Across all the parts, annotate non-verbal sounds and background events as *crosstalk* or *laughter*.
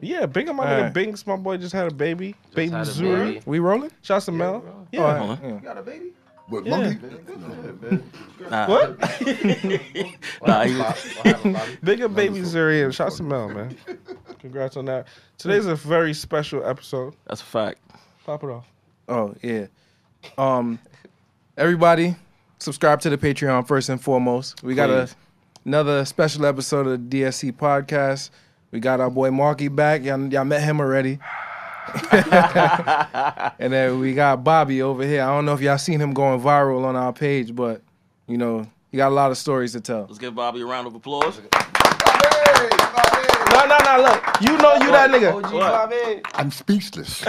Yeah, Bingham, my All nigga right. Binks, my boy just had a baby. Baby had a Zuri. baby. We rolling? Shouts to Mel. bro. Yeah. All right. yeah. You got a baby? With Yeah. monkey? Nah. What? Nah, he was- was. Bigger baby Zuri and shouts to Mel, *laughs* man. Congrats on that. Today's a very special episode. That's a fact. Pop it off. *laughs* Oh yeah. Um, everybody, subscribe to the Patreon first and foremost. We got a, Please. another special episode of the DSC podcast. We got our boy Marky back. Y'all, y'all met him already. *laughs* and then we got Bobby over here. I don't know if y'all seen him going viral on our page, but you know he got a lot of stories to tell. Let's give Bobby a round of applause. No, no, no, look. You know you that nigga. I'm speechless.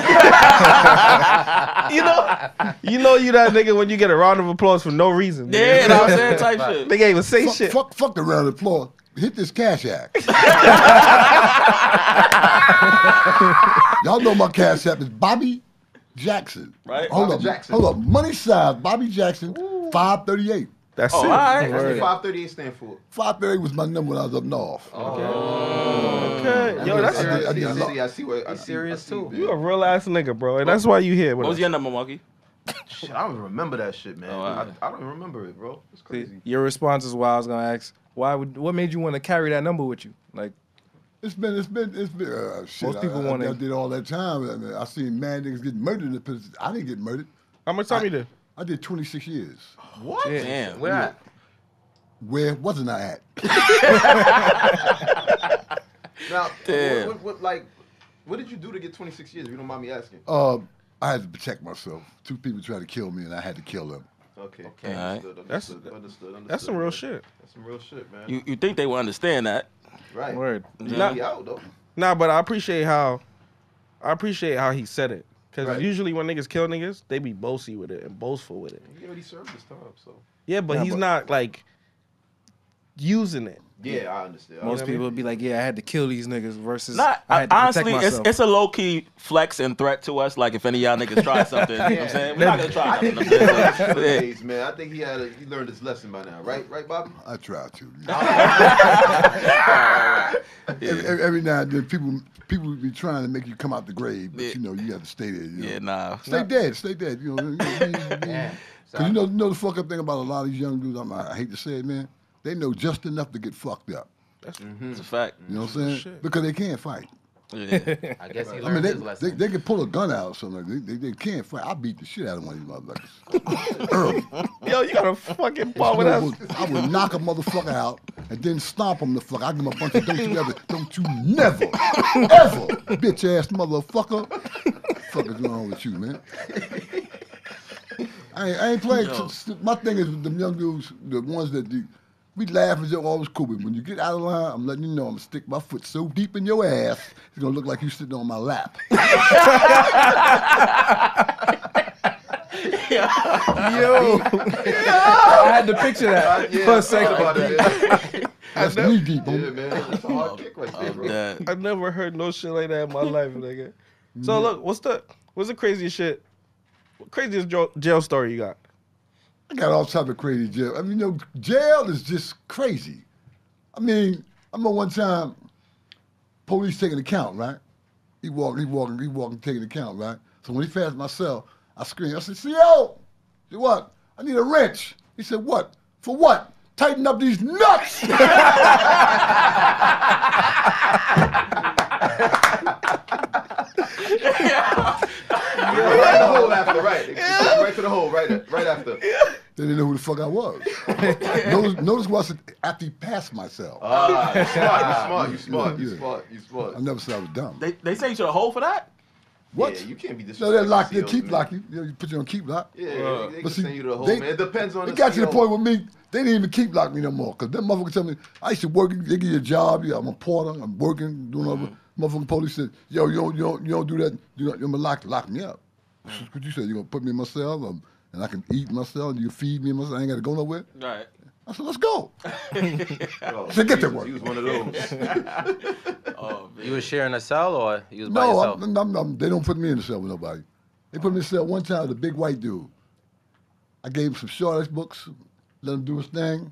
You know you know you that nigga when you get a round of applause for no reason. nigga. Yeah, you know what I'm saying? Type *laughs* shit. They can't even say fuck, shit. fuck, fuck the round of applause. Hit this cash app. Y'all know my cash app is Bobby Jackson. Right, Hold Bobby up. Jackson. Hold up. Money size. Bobby Jackson. Five thirty eight. That's Oh, it. all right. That's what 538 stand for. Five thirty eight was my number when I was up north. Okay. Yo, I that's see- serious. I see- I He's see- I see what I see- serious I see, too. man. you a real ass nigga, bro. And that's why you here with What was us. your number, Monkey? Shit, I don't even remember that shit, man. Oh, wow. I, I don't even remember it, bro. It's crazy. Your response is why I was gonna ask. Why would what made you want to carry that number with you? Like It's been, it's been, it's been. Uh, shit, Most people I, I, wanna- I did all that time. I, mean, I seen mad niggas get murdered. In the prison. I didn't get murdered. How much time you did? I did 26 years. What? Yeah. Damn. Where at? Where wasn't I at? Now, Damn. what, what, what, like, what did you do to get 26 years? If you don't mind me asking. Uh, I had to protect myself. Two people tried to kill me, and I had to kill them. Okay. All Okay. right. Understood, understood, That's- understood, understood, That's some real man. shit. That's some real shit, man. You you think they would understand that? right. word. You Nah. be out, though. Nah, but I appreciate how I appreciate how he said it. Cause Right. usually when niggas kill niggas, they be boasty with it and boastful with it. He already served his time, so. Yeah, but Yeah, he's but- not like using it. Yeah, I understand. Most I people would be like, "Yeah, I had to kill these niggas." Versus, Not I had to protect honestly, it's myself. it's a low key flex and threat to us. Like if any of y'all niggas try something, you know what I'm saying? We're not gonna I try think *laughs* nothing. he I'm learned saying? his Yeah. ways, man. I think he had a, he learned his lesson by now, right? Right, *laughs* Bobby? I tried *laughs* to. *laughs* Yeah. every, every- every now and then, people people would be trying to make you come out the grave, but Yeah. you know you have to stay there. You know? Yeah, nah. Stay dead. Stay dead. You know. you know, you know, you know. Cause you know, you know the fuck up thing about a lot of these young dudes. I'm, I hate to say it, man. They know just enough to get fucked up. It's a fact. You know what I'm saying? Because they can't fight. Yeah. I guess he learned I mean, they, his they, lesson. they can pull a gun out or something. Like they, they, they can't fight. I beat the shit out of one of these motherfuckers. Early. Yo, you got a fucking ball with I us. would, I would knock a motherfucker out and then stomp him the fuck. I give him a bunch of don't you ever, don't you never, ever, bitch ass motherfucker. fuck is going on with you, man? I ain't, I ain't playing. Yo. s- s- My thing is with them young dudes, the ones that do, we laugh and joke, always cool. But when you get out of line, I'm letting you know I'm gonna stick my foot so deep in your ass, it's gonna look like you sitting on my lap. Yo, *laughs* I had *laughs* to picture that Yeah, for I a second. thought about it, man. That's knee deep, Yeah, homie. man. That's a hard kick right there, I'm bro. dead. I never heard no shit like that in my life, nigga. So look, what's the what's the craziest shit? What craziest jo- jail story you got? I got all type of crazy jail. I mean, you know, jail is just crazy. I mean, I remember one time, police taking the count, right? He walking, he walking, he walking, taking the count, right? So when he fast my cell, I screamed. I said, "CO, he said, what? I need a wrench." He said, "What? For what? Tighten up these nuts." *laughs* Yeah, right in the hole after, right? It- it- Right to the hole, right, right after. they didn't know who the fuck I was. notice, notice what I said after he passed my cell. Ah, you smart, you smart, you Yeah. smart, you smart, you I smart. never said I was dumb. They they sent you to the hole for that? what? Yeah, you can't be E disrespectful. no, they lock, they keep lock you. You know, you put you on keep lock. Uh, Yeah, they, But they can see, send you to the hole, they- man. It depends on It the got to the CO. point with me, they didn't even keep lock me no more. Cause them motherfucker tell me, I used to work, they give you a job, you, I'm a porter, I'm working, doing all the motherfucking police said, yo, you don't, you don't, you don't do that, you don't, you're gonna lock, lock me up. That's What you said, you gonna put me in my cell, um, and I can eat myself, you feed me myself, I ain't gotta go nowhere. Right. I said, let's go. Oh, So get to he was- work. He was one of *laughs* those. Oh man. you was sharing a cell or you was by No, yourself? I'm, I'm, I'm, they don't put me in the cell with nobody. They put me in the cell one time with a big white dude. I gave him some shortest books, let him do his thing.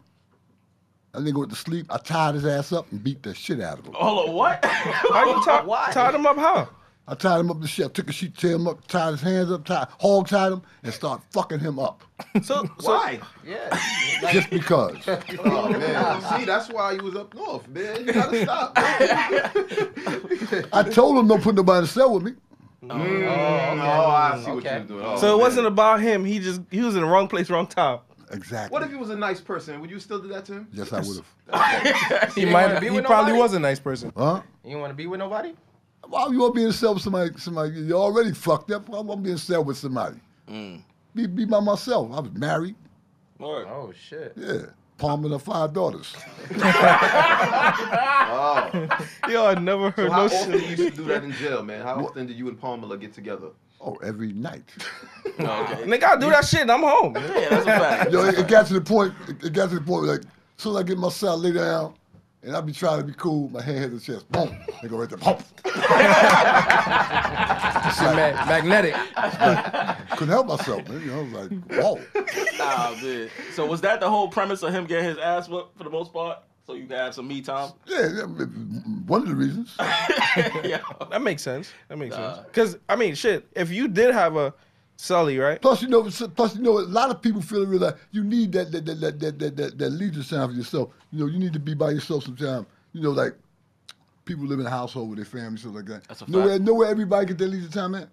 That nigga went to sleep. I tied his ass up and beat the shit out of him. Hold on, what? Why you tie, Why? tied him up how? I tied him up to shit. I took a sheet, tied him up, tied his hands up, tied, hog tied him, and started fucking him up. So, so Why? Yeah. Just because. Oh man, see that's why you was up north, man. You gotta stop. *laughs* Mm, I told him don't put nobody in the cell with me. oh, I see what Okay. you was doing. Oh, so it man. wasn't about him. He just he was in the wrong place, wrong time. Exactly. What if he was a nice person? Would you still do that to him? Yes, I would have. He You might. wanna be He with probably nobody? was a nice person. Huh? You want to be with nobody? Why you want to be in a cell with somebody? Somebody you already fucked up. I want to be in a cell with somebody. Mm. Be, be by myself. I was married. Lord. Oh shit. Yeah, palming her five daughters. Oh. Yo, I never heard So how no often do you shit. used to do that in jail, man? How often did you and Palmer get together? Oh, every night. *laughs* Okay. Nigga, I do that shit and I'm home. Yeah, that's a fact. Yo, it, it got to the point. It, it got to the point where, like, soon as I get my cell, I lay down, and I be trying to be cool. My hand hits the chest. Boom. They go right there. Boom. Shit, ma- magnetic. Couldn't help myself, man. You know, I was like, whoa. Nah, man. So was that the whole premise of him getting his ass whooped for the most part? So you can have some me time? Yeah, yeah, m- one of the reasons. *laughs* yeah. That makes sense. That makes sense. Because I mean, shit. If you did have a Sully, right? Plus, you know, plus you know, a lot of people feel and realize you need that that that that that that, that, that leisure time for yourself. You know, you need to be by yourself sometimes. You know, like people live in a household with their family, stuff like that. That's a nowhere, fact. nowhere everybody get their leisure time at.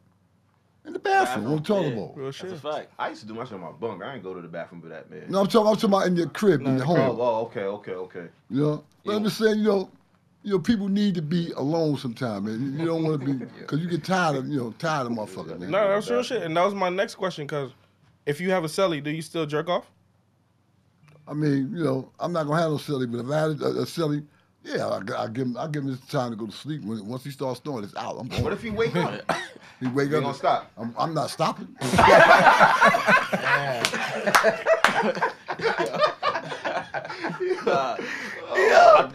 In the bathroom, what I'm talking Yeah. about. Real That's a shit. *laughs* fact. I used to do my shit on my bunk. I ain't go to the bathroom for that, man. No, I'm talking, I'm talking about in your crib, in your Oh, home. oh, okay, okay, okay. You know, but I'm just saying, you know, you know, people need to be alone sometimes, man. You- You don't *laughs* want to be because you get tired of, you know, tired of motherfuckers, man. No, that's real shit. And that was my next question. Because if you have a Sully, do you still jerk off? I mean, you know, I'm not gonna have no silly, but if I had a, a silly, yeah, I, I give him, I give him his time to go to sleep. When once he starts snoring, it's out. I'm What going. if he wake *laughs* up? He wake You up. gonna and- *laughs* stop? I'm, I'm not stopping. *laughs* uh,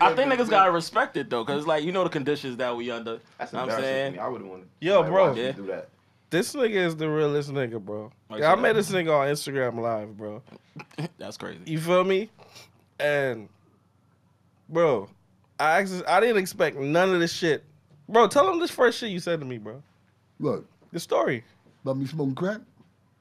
I think niggas gotta respect it though, cause like you know the conditions that we under. That's Know what I'm embarrassing saying. to me. I wouldn't want to. Yo, bro. Yeah. do that. This nigga is the realest nigga, bro. Like Yeah, I so. met this nigga on Instagram Live, bro. *laughs* That's crazy. You feel me? And bro, I actually, I didn't expect none of this shit. Bro, tell him this first shit you said to me, bro. Look, The story. about me smoking crack.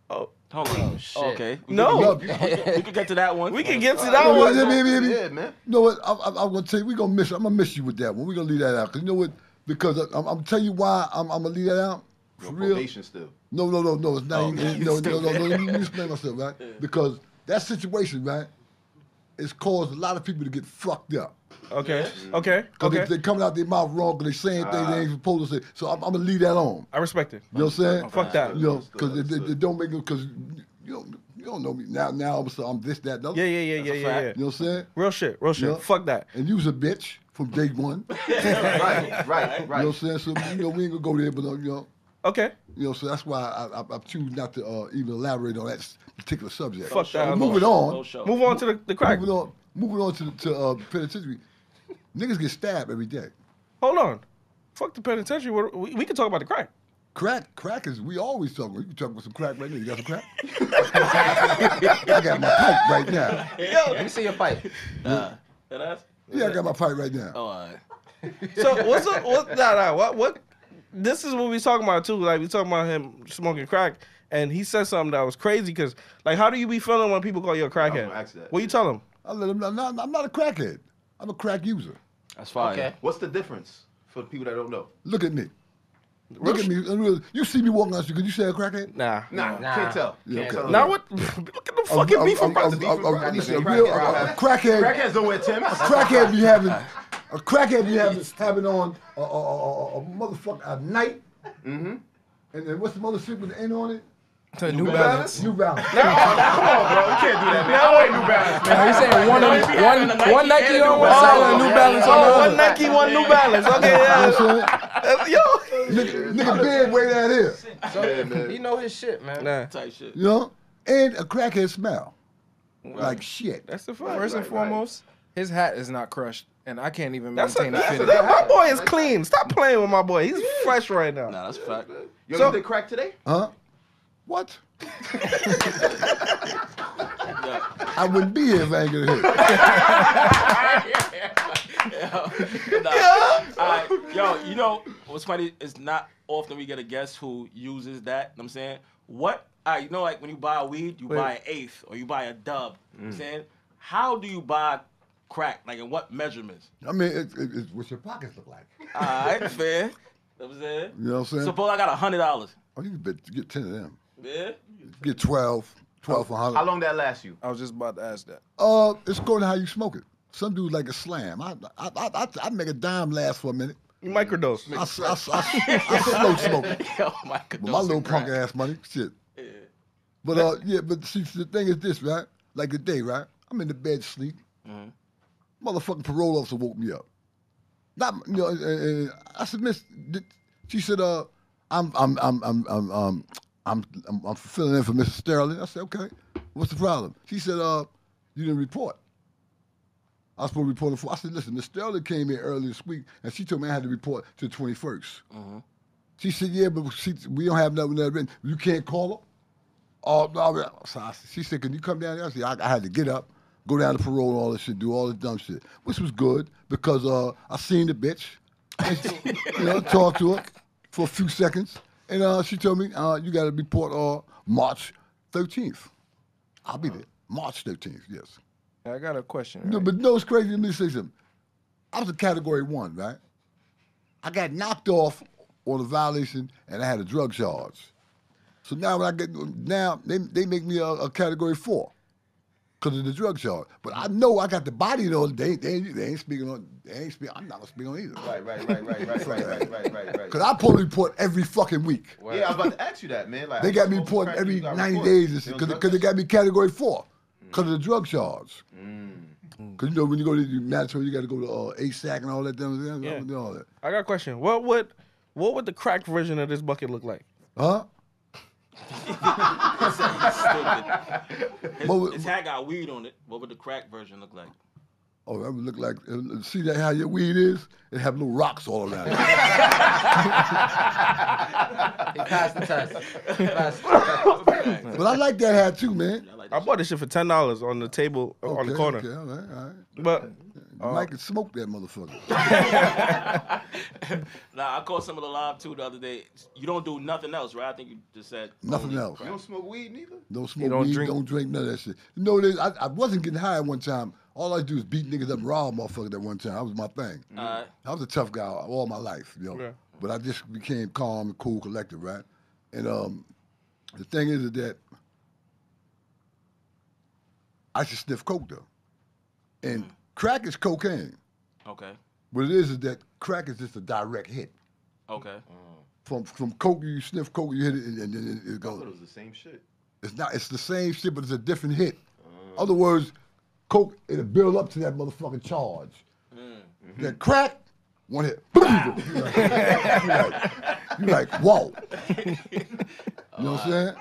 Oh Hold on. shit. Okay. We Oh. no, *laughs* Look, can- we can get to that one. we can get to that I one. want yeah, yeah, yeah, yeah. Yeah, man. You know what? I, I, I'm gonna tell you, we gonna miss. I'm gonna miss you with that one. We are gonna leave that out. Cause you know what? Because I, I'm, I'm telling you why I'm, I'm gonna leave that out. For Your real. probation still. No, no, no, no. It's not. Oh, even, man, no, you no, no, no. stupid. Let me explain myself, right? Because that situation, right, it's caused a lot of people to get fucked up. Okay, okay, Because okay. Ah. they, they coming out their mouth wrong because they saying things they ain't supposed to say. So I'm, I'm gonna leave that on. I respect it. You know what I'm saying? Fuck that. You know, Understood, because it, it, understood. it don't make because you don't you don't know me now. Now I'm so I'm this that and the other. Yeah, yeah, yeah, yeah, a yeah, fact. You yeah. know what I'm saying? Real shit, real shit. Yeah. Fuck that. And you was a bitch from day one. You right, *laughs* right, right. know what I'm saying? So you know we ain't gonna go there, but uh, you know. Okay. You know, so that's why I, I, I choose not to uh, even elaborate on that s- particular subject. Fuck So that. Oh, Moving on, No show. Move on to the, the crack. moving on, moving on to to uh, penitentiary. Niggas get stabbed every day. Hold on. Fuck the penitentiary. What- We, we can talk about the crack. Crack, crack is we always talking. You can talk about some crack right now. You got some crack? *laughs* I got my pipe right now. Let me see your pipe. Uh, that ass? Yeah, I got my pipe right now. Oh, all right. So what's up? What? *laughs* Nah, nah. What? What? This is what we talking about too. Like we talking about him smoking crack, and he said something that was crazy. Because like, how do you be feeling when people call you a crackhead? gonna ask that. What you tell him? I let him. I'm not, I'm not a crackhead. I'm a crack user. That's fine. Okay. What's the difference for the people that don't know? Look at me. Look at me. You see me walking out the street. Could you say a crackhead? Nah. Nah, Nah. can't tell. Yeah, Can't okay. tell Now them. *laughs* what? Look at the fucking I'm- beef. I'm- I'm about to I'm- be. I'm- I'm- Crackhead. a real- a- a Crackhead. Crackheads don't *laughs* wear Timbs. crackhead be having a crackhead be having having on a, a, a, a, a motherfucker a night. Mm-hmm. And then what's the motherfucker with the N on it? To New Balance. New Balance. Now ain't New Balance, man. Oh, you saying one of be having one a Nike one Nike and a on New one Balance. side and a New Balance on Oh, the one other? Nike, one New Balance. Okay, yeah. You know what I'm That's- Yo. saying? nigga, nigga bed way down here. So he know his shit, man. Nah. Type shit. You know? And a crackhead smell. Like shit. That's the fact. First and Right, right, right. foremost, his hat is not crushed, and I can't even That's a, maintain a, that's a, fitting. that, my boy is clean. Stop playing with my boy. He's fresh right now. Nah, that's a fact. Yo, So- you did crack today? Huh? What? I wouldn't be here if I ain't get a hit. *laughs* Nah. Alright, Yo, you know what's funny? It's not often we get a guest who uses that. know what I'm saying, what? I you know, like when you buy weed, you buy an eighth or you buy a dub. know what I'm saying, how do you buy crack? Like in what measurements? I mean, it, it, it's what your pockets look like. All right, fair. know what I'm saying. You know what I'm saying? Suppose I got a hundred dollars. oh, you can bet, get 10 of them. Yeah. Get 12, 12 for 100. How long that last you? I was just about to ask that. Uh, it's going to how you smoke it. Some dude like a slam. I I I, I, I make a dime last for a minute. You microdose. I, s- I, s- I, s- I slow smoke it *laughs* Yo, my goodness. with my little punk ass money. Shit. Yeah. But uh, yeah. But see, the thing is this, right? Like today, right? I'm in the bed sleep. Motherfucking parole officer woke me up. Not you know. And, and I said, Miss. Did, she said, uh, I'm I'm I'm I'm I'm um, I'm I'm, I'm filling in for Mrs. Sterling. I said, okay. What's the problem? She said, uh, you didn't report. I was supposed to report it for. I said, listen, Miss Sterling came in earlier this week, and she told me I had to report to the 21st. She said, yeah, but she, we don't have nothing that written. You can't call her? Oh, no. no. So I, she said, can you come down there? I said, I, I had to get up, go down to parole and all this shit, do all this dumb shit, which was good because uh, I seen the bitch, and she- you know, talked to her for a few seconds, and uh, she told me, uh, you got to report uh, March 13th. I'll be there. March 13th, yes. I got a question. No, right? but no, it's crazy. Let me say something. I was a category one, right? I got knocked off on a violation, and I had a drug charge. So now when I get now, they, they make me a, a category four because of the drug charge. But I know I got the body though. They they, they ain't speaking on. They ain't speak. I'm not gonna speak on either. Right, right, right, right, right, right, right, right, right, *laughs* right. Cause I pull a report every fucking week. Yeah, I was about to ask you that, man. Like, They I got me smoke reporting crack, every you got 90 reported. days and You shit, know, cause, drug cause they test. got me category four because of the drug charge. Cause you know when you go to the natural, you got to go to uh, ASAC and all that. Them, them, Yeah. them, all that. I got a question. What would what would the crack version of this bucket look like? Huh? Stupid. His, What would- his hat got weed on it. What would the crack version look like? Oh, that would look like uh, see that how your weed is? It have little rocks all around it. He passed the test. He passed the test. but I like that hat too, man. I like I that. bought this shit for ten dollars on the table uh, on the Okay, corner. Okay, all right, all right. But Mike can smoke that motherfucker. *laughs* Nah, I caught some of the live too the other day. You don't do nothing else, right? I think you just said Nothing only else. You don't smoke weed neither? Don't smoke don't weed, drink- don't drink none of that shit. You know, this, I, I wasn't getting high one time. All I do is beat niggas up and rob motherfuckers that one time. That was my thing. Alright. I was a tough guy all my life, you know. Yeah. But I just became calm and cool, collected, right? And um, the thing is, is that I should sniff coke though, and crack is cocaine. Okay. What it is is that crack is just a direct hit. Okay. From from coke, you sniff coke, you hit it, and, and then it, it I thought it goes. was the same shit. It's not. It's the same shit, but it's a different hit. Other words, coke it'll build up to that motherfucking charge. Mm. That crack, one hit. *laughs* Boom! You like, you like, whoa. you know what I'm saying?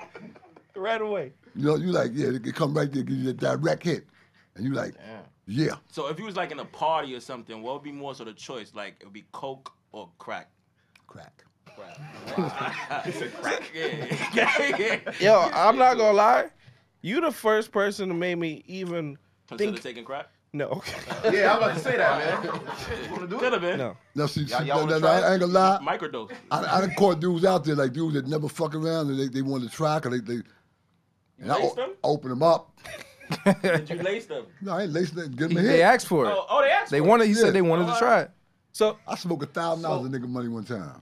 right away. You know, you like, yeah, it come right there, give you that direct hit, and you like, yeah. So if you was like in a party or something, what would be more so the choice? Like it would be coke or crack. crack. *laughs* Yeah. yeah. Yo, I'm not *laughs* gonna lie. You the first person that made me even Consider think. taking crack. No, *laughs* Yeah, I was about to say that, man. You wanna do Could it? have been. no. Now see, Y'all- see, y'all now- wanna now, try I ain't gonna lie. Microdose. I, I done caught dudes out there like dudes that never fuck around and they, they want to try because they, they and I laced o- them? open them up. Did you lace them? No, I ain't lacing that. Give He- them *laughs* a they hit. asked for it. Oh, oh, they asked. They for it. wanted. He Yeah. said they wanted to try it. So I smoked a thousand dollars of nigga money one time.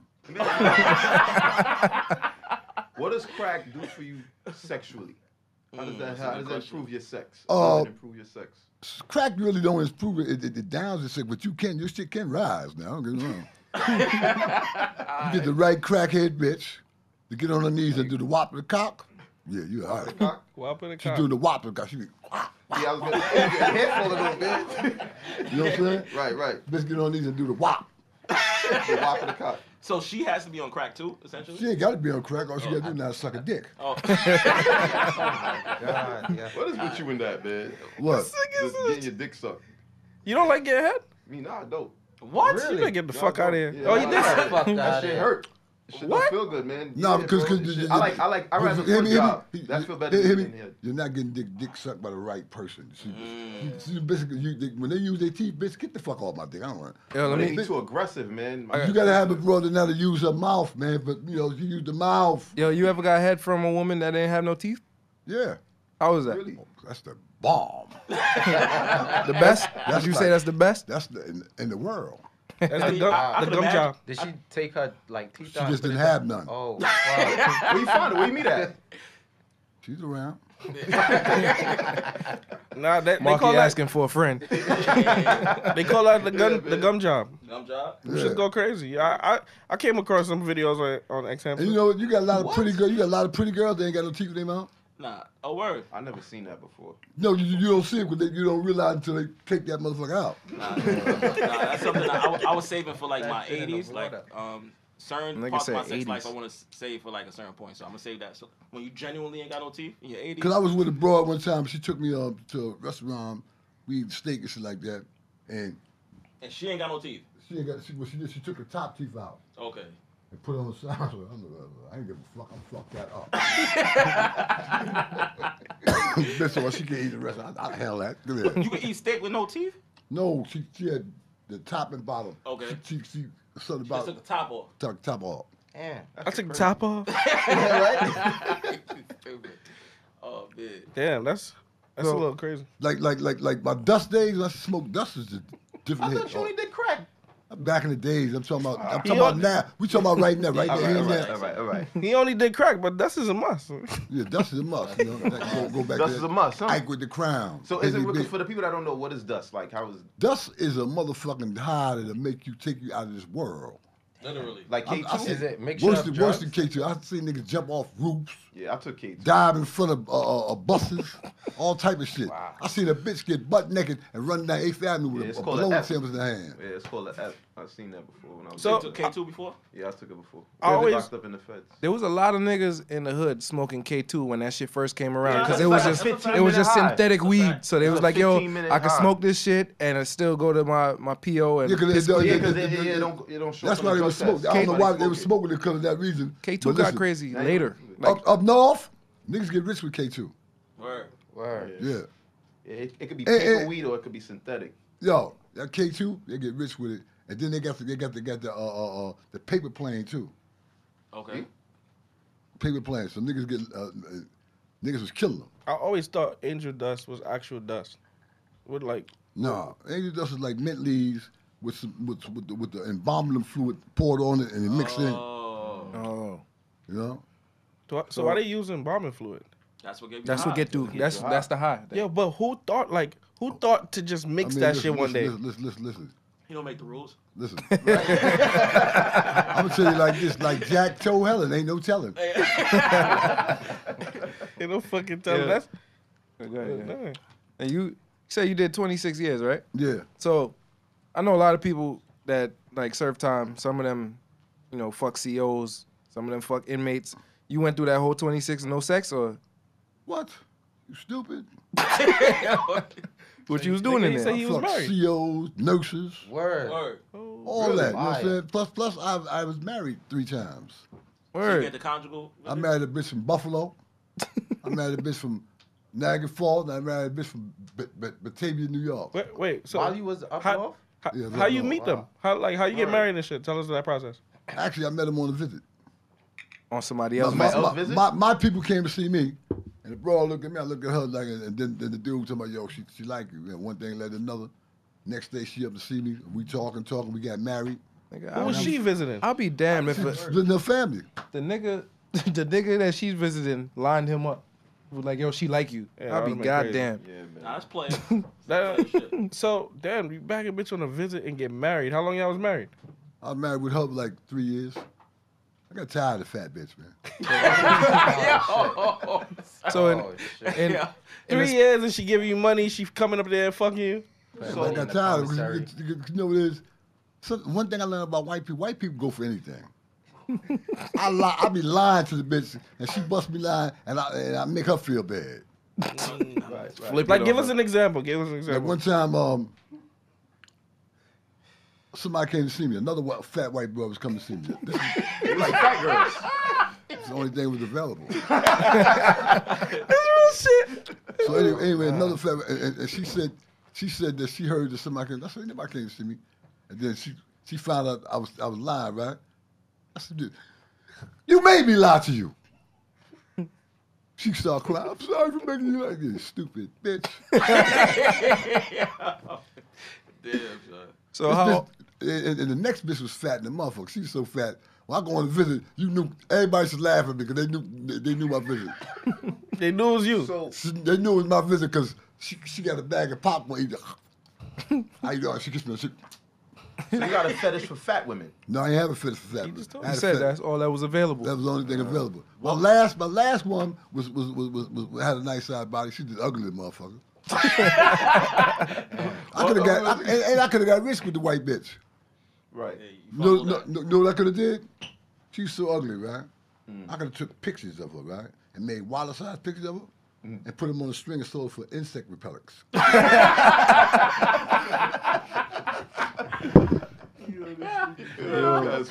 What does crack do for you sexually? How does that, how does that improve your sex? Uh, How does it improve your sex? S- Crack really don't improve it. It, it, it downs it, sick, but you can. Your shit can rise now. Don't get me wrong. you get the right crackhead bitch to get on her knees and do the whop of the cock. Yeah, you all right. *laughs* well, I put a She cop. do the whop of the cock. She be, Yeah, I *laughs* was gonna say, you get a handful of those *laughs* bitch. you know what I'm saying? Right, right. Bitch get on her knees and do the whop. The wop of the cock. So she has to be on crack too, essentially. She ain't got to be on crack. All she got to do now is suck a dick. *laughs* Oh, God, yeah. What is with you in that, man? What? Just getting your dick sucked. You don't like getting head? Me, nah, I don't. what? You better get the fuck out of here. Yeah, oh, *laughs* nah, you nah. did. Fuck That that shit hurt. Shit don't feel good, man. No, Yeah, because bro, because shit- I like I like I rather hear foot me, hear job. me. That feel better Hear than me? being here. You're not getting dick, dick sucked by the right person. See, you, see basically, you, they, when they use their teeth, bitch, get the fuck off my dick. I don't want. it. Yo, let Let me. me too aggressive, man. My- You gotta have a brother now to use her mouth, man. But you know, you use the mouth. Yo, you ever got head from a woman that didn't have no teeth? Yeah, How was that? really. that's the bomb. The best? Would That's you like- say that's the best? That's the in, in the world. That's the mean, gum, I- I the could gum imagine- job. Did she take her like teeth She out? and just put didn't it back? have none. Oh, *laughs* wow. Where you find it? Where you meet at? She's around. Nah, that, they Marky call that asking for a friend. they call that the gun the gum job. Gum job. You should Yeah. go crazy. I, I I came across some videos on on X And you know what? You got a lot of pretty girls. You got a lot of pretty girls. They ain't got no teeth in their mouth. Nah, a word. I never seen that before. No, you, you don't see it because you don't realize until they take that motherfucker out. Nah, nah, that's something that I, I was saving for like my That's it in the 80s, like water. um certain Nigga parts of my said sex life 80s. I want to save for like a certain point. So I'm gonna save that. So when you genuinely ain't got no teeth in your 80s, Because I was with a broad one time. She took me up to a restaurant. We eat steak and shit like that. And and she ain't got no teeth. she ain't got. She, what she did, she took her top teeth out Okay. and put it on the side. *laughs* I, said, I'm, uh, I ain't give a fuck. I'm fucked that up. *laughs* Bitch, so she can't eat the rest. I, I hell that. Go ahead. You can eat steak with no teeth? No, she, she had the top and bottom. Okay. She she, she something Just took about the top off. *laughs* top top off. Damn. I took the top off. Stupid. Oh man. Damn, that's that's a Well- little crazy. Like like like like my dust days. When I smoked dust was just different. I hit. Uh, thought you only did crack. Back in the days, I'm talking about. I'm He talking about on- now. We talking about right now, right All now, right, here all and right, now. all right, all right. He only did crack, but that's is a must. Yeah, dust is a must. *laughs* You know, That- go, go back. Dust to is a must, huh? Ike with the crown. So is it Baby because bitch. for the people that don't know what is dust? Like how is Dust is a motherfucking high that'll make you take you out of this world. Literally. like K I- I two? said- Is it mixture Worse of than drugs? worse than K2. I've seen niggas jump off roofs, Yeah, I took K two. dive in front of uh, uh, uh, buses, all type of shit. I seen a bitch get butt naked and run down Eighth Avenue with Yeah, it's a, a called blow an F. chambers in her hand. Yeah, it's called a F. I've seen that before when I was. So- you took K2 before? yeah, I took it before. I I always- always locked up in the feds. There was a lot of niggas in the hood smoking K2 when that shit first came around Yeah, because that's it was like a just 15 it was just minute high. synthetic weed. So they That's was a like, yo, 15 minute I can high. smoke this shit and it still go to my my PO and Yeah, 'cause it piss does- me. Yeah, yeah, because yeah, it, yeah, it, yeah. don't it don't show. That's up why on they the were drug smoking. test. I don't know why Somebody they were it. smoking it because of that reason. K2 But got listen, crazy Nah, later. you- Like, up, up north, niggas get rich with K2. Word. Word. Yeah. Yeah, It, it could be Eh, eh. paper weed or it could be synthetic. Yo, that K two, they get rich with it, and then they got the, they got the got the uh, uh, uh, the paper plane too, Okay. paper plane. So niggas get uh, uh, niggas was killing them. I always thought angel dust was actual dust. With like Nah, angel dust is like mint leaves with some with with the, with the embalming fluid poured on it and it mixed Oh. oh, in. You know, do I- so, why they using bombing fluid? That's what gave you that's the what high. get through. That's that's the high. Yeah, but who thought like who thought to just I mix mean, that listen, shit one listen, day? Listen, listen, listen, He don't make the rules. listen. *laughs* I'm gonna tell you like this, like Jack told Helen, ain't no telling. They don't fucking tell. Yeah. That's Go ahead, yeah. man. And you say you did 26 years, right? Yeah, So, I know a lot of people that like serve time. Some of them, you know, fuck COs. Some of them fuck inmates. You went through that whole 26 no sex, or what? You stupid. what you was doing in he there? said he was Fuck married. COs, nurses. Word. Word. All that, you know what I'm Why? saying? Plus, plus, I, I was married three times. So you get Word. the conjugal. I married a bitch from Buffalo. I married a bitch from Niagara Falls. And I married a bitch from B- B- Batavia, New York. Wait, wait. So While you was up how, north? how, Yeah, how you no, meet wow. them? How like how you get married and shit? Tell us that process. Actually, I met him on a visit. on somebody My, else. my, else's my, visit? my- my people came to see me, and the bro looked at me. I looked at her like, and then, then the dude was talking about, yo, she, she like you. And one thing led to another. Next day, she up to see me. We talking, talking. We got married. Nigga, Who I'll, was she visiting? I'll be damned if a, Then the family. the nigga, *laughs* the nigga that she's visiting lined him up. Was like, yo, she like you. Yeah, I'll be that would've been goddamn. Yeah, man. Nah, that's playing. That- That's playing shit. so damn, you back a bitch on a visit and get married. How long y'all was married? I was married with her for like three years. I got tired of fat bitch, man. Oh, shit. So in- oh, shit. And Yeah. Three years and she giving you money. She coming up there fucking you. So I in got the tired of commissary. it. You, you, you know what it is? So one thing I learned about white people, white people go for *laughs* anything. I lie, I be lying to the bitch, and she bust me lying, and I and I make her feel bad. flip it Like, give over. us an example. Give us an Like example. one time, um, *laughs* somebody came to see me. Another wh- fat white boy was coming to see me. This is, You like fat only thing was available. *laughs* That's real shit. So anyway, anyway another fella, and, and- and she said, she said that she heard that somebody came. I said, nobody came to see me. And then she, she found out I was, I was lying, right? I said, "You- you made me lie to you. She started crying. I'm sorry for making you like this, stupid bitch. Damn, son. So how? and, and- and the next bitch was fat and the motherfucker. She was so fat. When I go on a visit, you knew everybody should laugh at me because they knew they, they knew my visit. They knew it was you. So She- they knew it was my visit because she, she got a bag of popcorn. eat- How you doing? She gets me. She, you got a fetish for fat women. no, I ain't have a fetish for that. just told I *laughs* You had a said fetish. that's all that was available. That was the only thing available. My last, my last one was was, was, was, was had a nice side body. She just ugly little motherfucker. I could have got, I, and, and I could have got rich with the white bitch. Right. No, no, no, no, what I could have did? She's so ugly, right? I could have took pictures of her, right, and made wallet size pictures of her, and put them on a string and sold for insect repellents. Oh,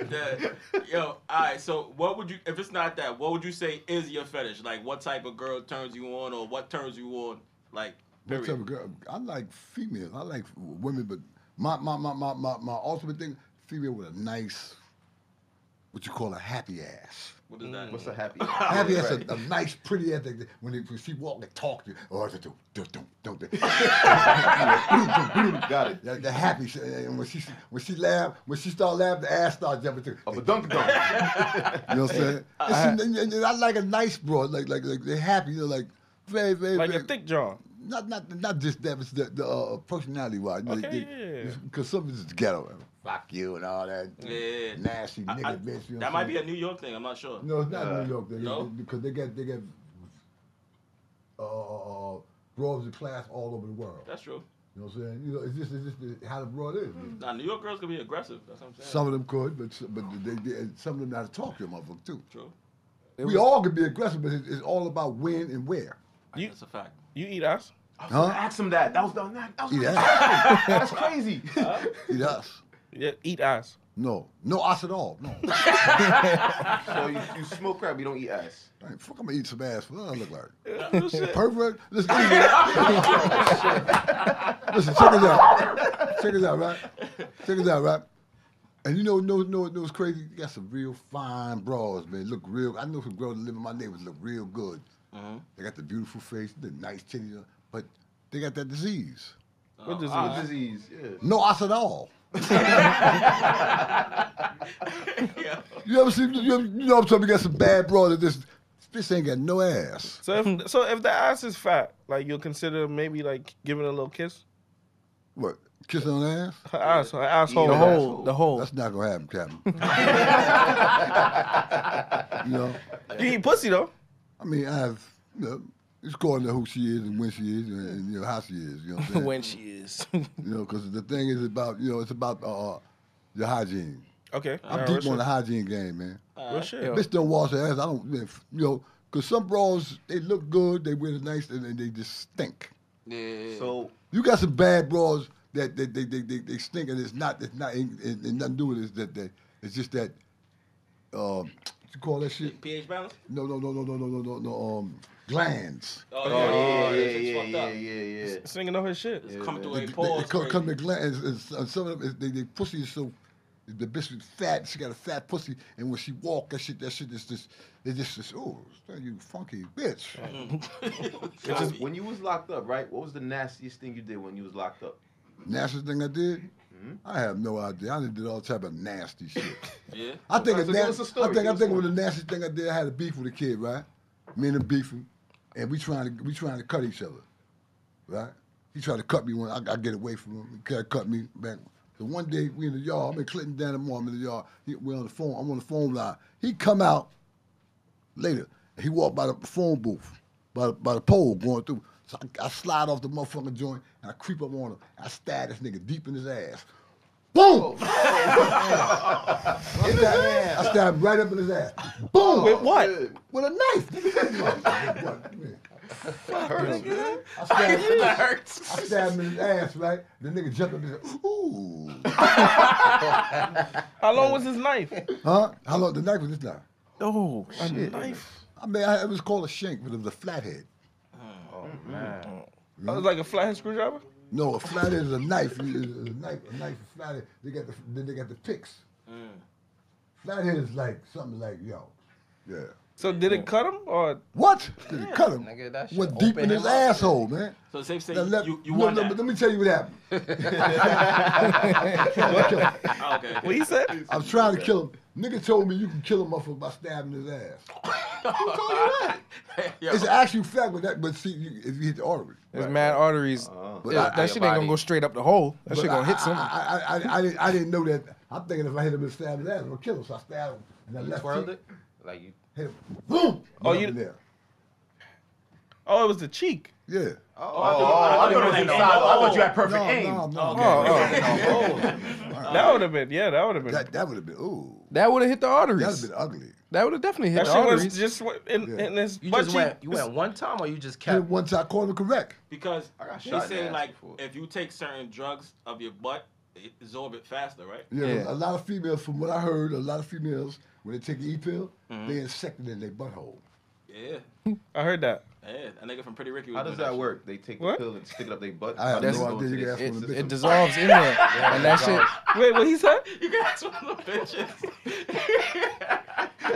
that. Yo, all right. So, what would you, if it's not that, what would you say is your fetish? Like, what type of girl turns you on, or what turns you on? Like, What type period. of girl? I like females. I like women, but my my my my my, my ultimate thing, female with a nice, what you call a happy ass. What is that? Mm, What's a *laughs* happy? Happy ass, Oh, Right. a, a nice, pretty ass. That, that- when, they, when she walk and talk to you, Oh, or don't don't don't *laughs* don't. Got it. The, the happy, shit, and when she when she laugh, when she start laughing, the ass start jumping too. Oh, but dunk dunk. You know what I'm saying? And, she- and- and- and I like a nice broad, like like like they're happy, you know, like very very Like a very, thick jaw. not not not just that, but the, the uh, personality wise. Okay, yeah. Because some of it's ghetto. Fuck you and all that. Yeah. Nasty I- nigga I- bitch. You know that what might I'm be a New York thing. I'm not sure. saying? No, it's not Uh, New York. They, no? they- because they got they got uh, uh, broads of class all over the world. That's true. You know what I'm saying? You know, it's just it's just the- how the broad is. Nah, New York girls can be aggressive. That's what I'm saying. Some of them could, but s- but they, they, some of them know how to talk to a motherfucker too. True. It we was- all can be aggressive, but it's, it's all about when and where. You- That's a fact. You eat ass. I was gonna Huh? ask him that. That was the that, that was Eat the- *laughs* ass. That's crazy. Eat ass. Yeah, eat ass. No, no ass at all. No. so you, you smoke crap, you don't eat ass. Hey, fuck, I'm gonna eat some ass. What do I look like? That's real shit. Pervert? Listen, check it out. Listen, check it out. Check it out, right? Check it out, right? And you know, know, know, know what's crazy? You got some real fine bras, man. Look real. I know some girls that live in my neighborhood look real good. Mm-hmm. Uh, They got the beautiful face, the nice titties, but they got that disease. What *laughs* does it? With disease. Yeah. No ass at all. Yeah. You ever see? You, ever, you know, I'm talking. Got some bad bras that this this ain't got no ass. So if so if the ass is fat, like you'll consider maybe like giving it a little kiss. What? Kissing on ass? Her ass, her asshole. the Yeah. whole, the whole. That's not gonna happen, Captain. you know, You eat pussy though. I mean, I have. You know, it's according to who she is and when she is and, and you know how she is. You know, what *laughs* *laughs* I'm saying? when she is. you know, because the thing is about you know it's about uh, your hygiene. Okay. I'm Nah, deep real shit. on the hygiene game, man. Real shit. *laughs* Yo. Bitch don't wash her ass. I don't, you know, because some bras they look good, they wear the nice, and, and they just stink. Yeah. So You got some bad bras that they they, they, they, they stink and it's not it's not and, and and nothing to do with it. It's that that it's just that um what you call that shit? pH balance. No no no no no no no no no um glands. Oh, Oh, yeah, It's yeah, fucked yeah, up. yeah, yeah. Singing on her shit. It's coming through They, a they, pause. they co- come to glands and, s- and some of them is- they, they pussy is so the bitch is fat. She got a fat pussy, and when she walk, that shit, that shit is just, it's just, just oh, you funky bitch. *laughs* So when you was locked up, right? What was the nastiest thing you did when you was locked up? Nasty thing I did, I have no idea. I done did all type of nasty shit. yeah. I think Okay, a so na- give us a story, I think give I us think one. one of the nastiest thing I did. I had a beef with a kid, right? Me and him beefing, and we trying to we trying to cut each other, right? He tried to cut me when I, I get away from him. He tried to cut me back. So one day we in the yard. I'm in Clinton down the mall. I'm in the yard. He, we're on the phone. I'm on the phone line. He come out later. And he walked by the phone booth, by the, by the pole going through. So I, I slide off the motherfucking joint and I creep up on him. I stab this nigga deep in his ass. Oh, Boom! I stabbed, I stabbed right up in his ass. Boom! With what? Good. With a knife. Nigga, what? Man, That hurts, man. I stabbed, that hurts. *laughs* I stabbed him in his ass, right? The nigga jumped up and said, ooh. How long was his knife? Huh? How long? The knife was this knife. Oh, shit. I mean, I, it was called a shank, but it was a flathead. That was like a flathead screwdriver. No, a flathead is a knife. It- it- it's A knife, a knife, a flathead. They got the, then they got the picks. Flathead is like something like yo, yeah. So did it cut him or? What? Did it cut him? Nigga, that shit Went deep in opened his him up. asshole, man. So safe say Now, let, you, you no, won no, that. but let me tell you what happened. I'm trying to kill him. Oh, okay. okay. What he said? *laughs* I'm trying to kill him. Nigga told me you can kill a motherfucker by stabbing his ass. Yo, It's an actual fact, but that, but see, you, if you hit the artery, There's mad arteries. Uh, but That- I- that shit ain't gonna go straight up the hole. That shit But gonna I- hit something. I, I, I, I, didn't, I didn't know that. I'm thinking if I hit him and stab his ass, it'll kill him. So I stabbed him. And the You left twirled cheek, it? Like you. Hit him. Boom! Oh, Went you- up in there. Oh, it was the cheek. Yeah. Oh, I thought it was an inside. angle. I thought you had Perfect no, aim. No, no, *laughs* That would have been. Yeah, that would have been. Uh, That, that would have been, ooh. That would have hit the That would have arteries. been ugly. That would have definitely hit That the shit arteries. was just wa- in, Yeah. in his You butt just went. cheek. You went one time, or you just Hit kept. him once I called him correct. because I got they shot in the say ass like before. if you take certain drugs of your butt, it absorb it faster, right? Yeah, Yeah. A lot of females, from what I heard, a lot of females, when they take the E pill, they insect it in their butthole. Yeah. I heard that. Yeah, a nigga from Pretty Ricky. was How does doing that work? They take the What? pill and stick it up their butt. I have How does no it go idea. into You their asked me to system? make It dissolves in *laughs* there, and that shit. Wait, what he said? You guys one of the bitches.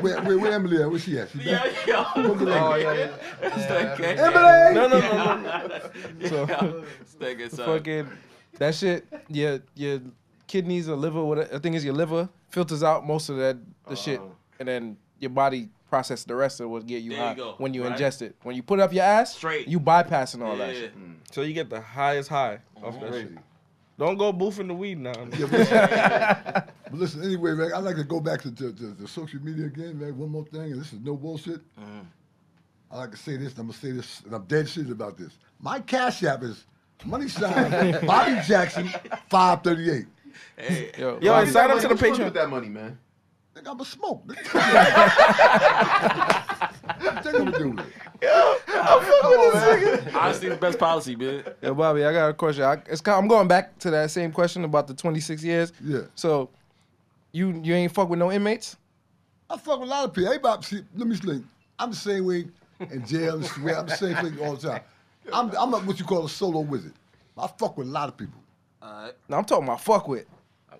Where, where, where Emily at? Where she at? She yeah, back? yo. Oh, yeah, yeah. It's Yeah, that gay. Emily! No, no, no, no. *laughs* Yeah. So- It's that gay son. fucking that shit. Your your kidneys or liver, what I think is your liver filters out most of that the shit, and then your body processes the rest of what get you There you high go, when you right? ingest it. When you put up your ass, Straight. you bypassing all Yeah. that shit. So you get the highest high off *laughs* that shit. Don't go boofing the weed now. Yeah, but listen, but listen, anyway, man, I'd like to go back to the, the, the social media again, man. One more thing, and this is no bullshit. I like to say this, and I'm gonna say this, and I'm dead serious about this. My cash app is money sign Bobby Jackson five thirty eight. Hey. Yo, Yo, Bobby- and sign up What's to the good with Patreon. that money, man. Think I'm a smoke. *laughs* nigga. think I'm gonna do it. *laughs* Honestly, the best policy, bitch. yo, Bobby, I got a question. I, it's kind, I'm going back to that same question about the 26 years. Yeah. So, you you ain't fuck with no inmates. I fuck with a lot of people. Everybody, see, let me explain. I'm the same way in jail and swear. I'm the same thing all the time. I'm, I'm a, what you call a solo wizard. I fuck with a lot of people. No, I'm talking about fuck with.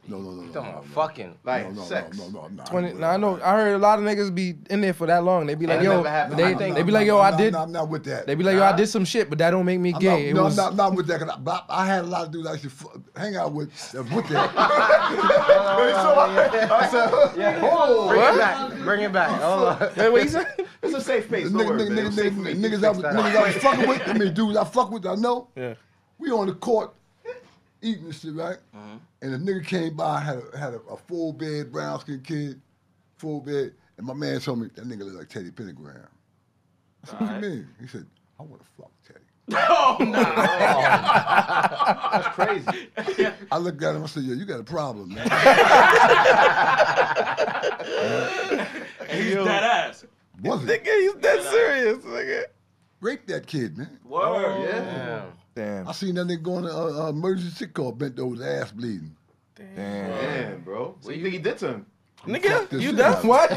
No, no, no, no. You talking no, about fucking? no, Like no, sex. *laughs* No, no, no, no. 20, now I know I heard a lot of niggas be in there for that long. They be like, That yo, never happened. they, I think- they be like, yo, I did. No, I'm not with that. They be like, yo, I did some shit, but that don't make me I'm gay. not, It no, was- I'm not, not with that. 'cause I, but I, I had a lot of dudes I used to fu- hang out with that was with that. I said, Bring it back. Bring it back. Hold on. Wait, what you say? it's a safe space. niggas, Don't worry, niggas, man. It's niggas, safe for niggas, me. niggas, I was, Fix that. niggas I was fucking with. I mean, dudes I fuck with, I know. Yeah. We on the court eating and shit, right? Mm-hmm. And a nigga came by, had a had a, a full bed, brown skinned kid, full bed, and my man told me that nigga look like Teddy Pendergram. I said, what you mean? He said, I want to fuck Teddy. Oh, That's crazy. I looked at him, I said, yo, you got a problem, man. *laughs* And he's dead ass. Was it? Nigga, he's that serious, nigga. Rape that kid, man. Word. Oh, Yeah. Damn. Damn. I seen that nigga going to uh, uh, emergency sick call, bent over, his *laughs* ass bleeding. Damn. Damn, bro. What do you think he did to him? Fuck Nigga, this you shit done up. what?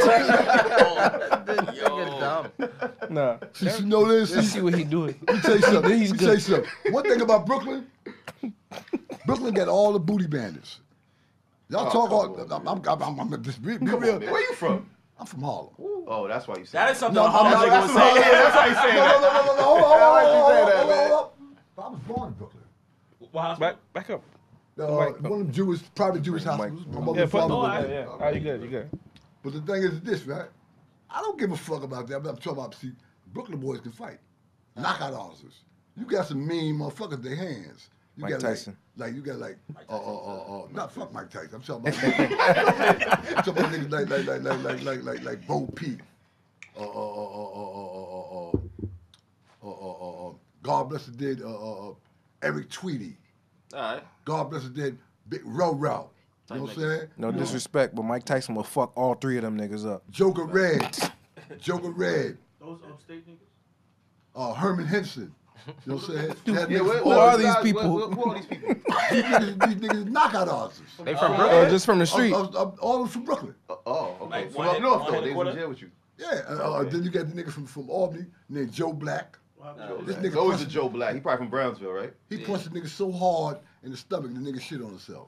Nigga dumb. Nah. Since you know this, Let's see what he doing. Let me tell you something. He's Let me tell you good. something. One thing about Brooklyn, Brooklyn got all the booty bandits. Y'all Oh, talk come all. on, I'm, I'm, I'm, I'm, I'm just be, be Come real. on, man. Where you from? I'm from Harlem. Oh, that's why you said That is something No, a hard no, nigga that's would what say. That's how you say No, no, no, no, no, no. Hold on, I like you hold on, said that, hold on, man. hold on. I was born in Brooklyn. Wow. Back, back up. Uh, one of them Jewish, private Jewish hospitals. My mother Yeah, and put, father oh, were yeah, there. yeah. Oh, you good, you good. But the thing is this, right? I don't give a fuck about that. But I'm talking about, see, Brooklyn boys can fight. Knockout officers. You got some mean motherfuckers, they hands. You Mike got Tyson. Like, like, you got like, uh, uh, uh, uh, not fuck Mike Tyson. I'm *laughs* talking about, I'm talking about niggas like, like, like, like, like, like, like, like Bo Peep. Uh, uh, uh, uh, uh, uh, uh, uh, uh, uh, uh, God bless the dead, uh, uh, uh, Eric Tweedy. All right. God bless the dead, Big Row Row. You know what I'm saying? No disrespect, but Mike Tyson will fuck all three of them niggas up. Joker Red, Joker Red, Those upstate niggas? uh, Herman Henson. You know what *laughs* I'm saying? That Yeah, nigga- where- Who where- are these where- people? where- Who are these people? these, niggas, these niggas knockout artists. They from Or Oh. Brooklyn. Oh, just from the I'm- street. I'm- I'm- All of them from Brooklyn. Oh, Okay, Like, so one up hit- north one hit a though, they was quarter? in jail with you. Yeah, uh, uh, then you got the nigga from, from Albany named Joe Black. Uh, Joe this Black. nigga It's always a punched- Joe Black. He probably from Brownsville, right? He punched the nigga so hard in the stomach, the nigga shit on himself.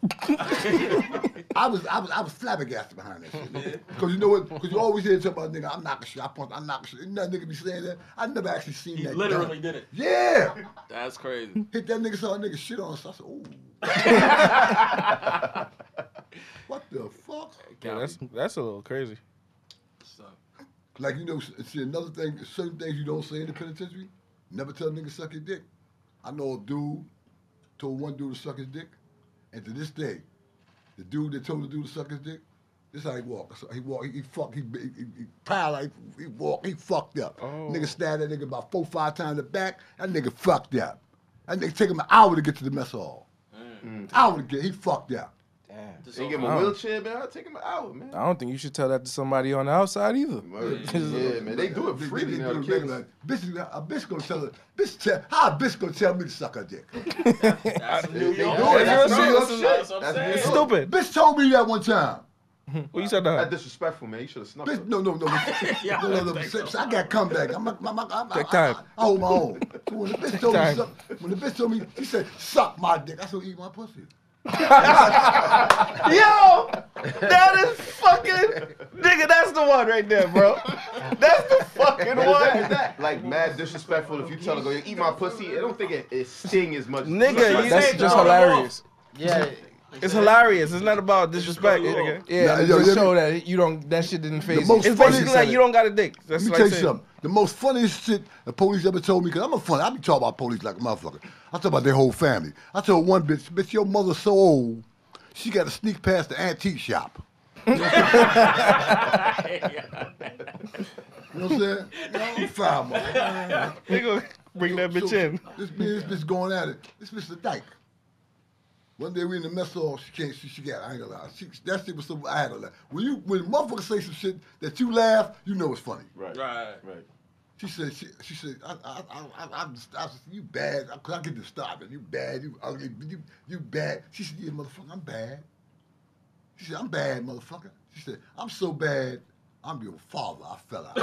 I was I was I was flabbergasted behind that shit. Because you know what? Because you always hear something about nigga, I'm knocking shit, I punch, I'm knocking shit. Ain't that nigga be saying that? I never actually seen He that. literally done. did it. Yeah, That's crazy. hit that nigga, saw a nigga shit on himself. I said, ooh. what the fuck? Yeah, that's that's a little crazy. Like you know, s- see another thing. Certain things you don't say in the penitentiary. Never tell a nigga suck his dick. I know a dude told one dude to suck his dick, and to this day, the dude that told the dude to suck his dick, this how he walk. So he walk. He, he fuck. He he, he, he paralyzed. He walk. He fucked up. Nigga stabbed that nigga about four five times in the back. That nigga fucked up. That nigga take him an hour to get to the mess hall. Hour to get. He fucked up. They give him a Wow. wheelchair, man. I'll take him an hour, man. I don't think you should tell that to somebody on the outside either. Word. Yeah, man. They do it freely They now. do the it kids. regular. Bitch, a bitch gonna tell her. Bitch, tell, how a bitch gonna tell me to suck her dick? That's They New do it. York. That's real New shit. York shit. That's what I'm That's New saying. York. It's stupid. Bitch told me that one time. What you said That's that? disrespectful, man. You should have *laughs* snuck. Bitch, it. no, no, *laughs* no. Yeah, no, no, no. I think so. I got comeback. I'm, a- I'm, a- I'm, a- Take I, I, time. I hold my own. So when the bitch told me, time. suck, when the bitch told me, she said, suck my dick. I said, eat my pussy. Yo, that is fucking nigga. That's the one right there, bro. That's the fucking And what is that? Like mad disrespectful. If you tell her go, "Yo, eat my pussy, I don't think it, it sting as much. Nigga, you- That's *laughs* Hey, just no, no, no. hilarious. Yeah. It's hilarious. It's not about disrespect. nigga. Yeah, Nah, it yo, just you- show that you don't. That shit didn't phase. most you. It's funny basically said like you don't got a dick. That's Let me like tell you saying- something. The most funniest shit the police ever told me, because I'm a funny, I be talking about police like a motherfucker. I talk about their whole family. I told one bitch, bitch, your mother's so old, she got to sneak past the antique shop. *laughs* you know what I'm saying? No, I'm fine, man. Nigga, bring that bitch So, in. This bitch, this bitch going at it. This bitch the dyke. One day we in the mess hall, she can't see, she got, I ain't gonna lie. She, that shit was so, I had to laugh. When you, when motherfuckers say some shit that you laugh, you know it's funny. Right. Right. Right. She said, she, she said, I, I, I, I, I, I'm just, I said, you bad. I, 'cause I get to stop it. You bad. You ugly. You, you bad. She said, yeah, motherfucker, I'm bad. She said, I'm bad, motherfucker. She said, I'm so bad, I'm your father. I fell *laughs* out.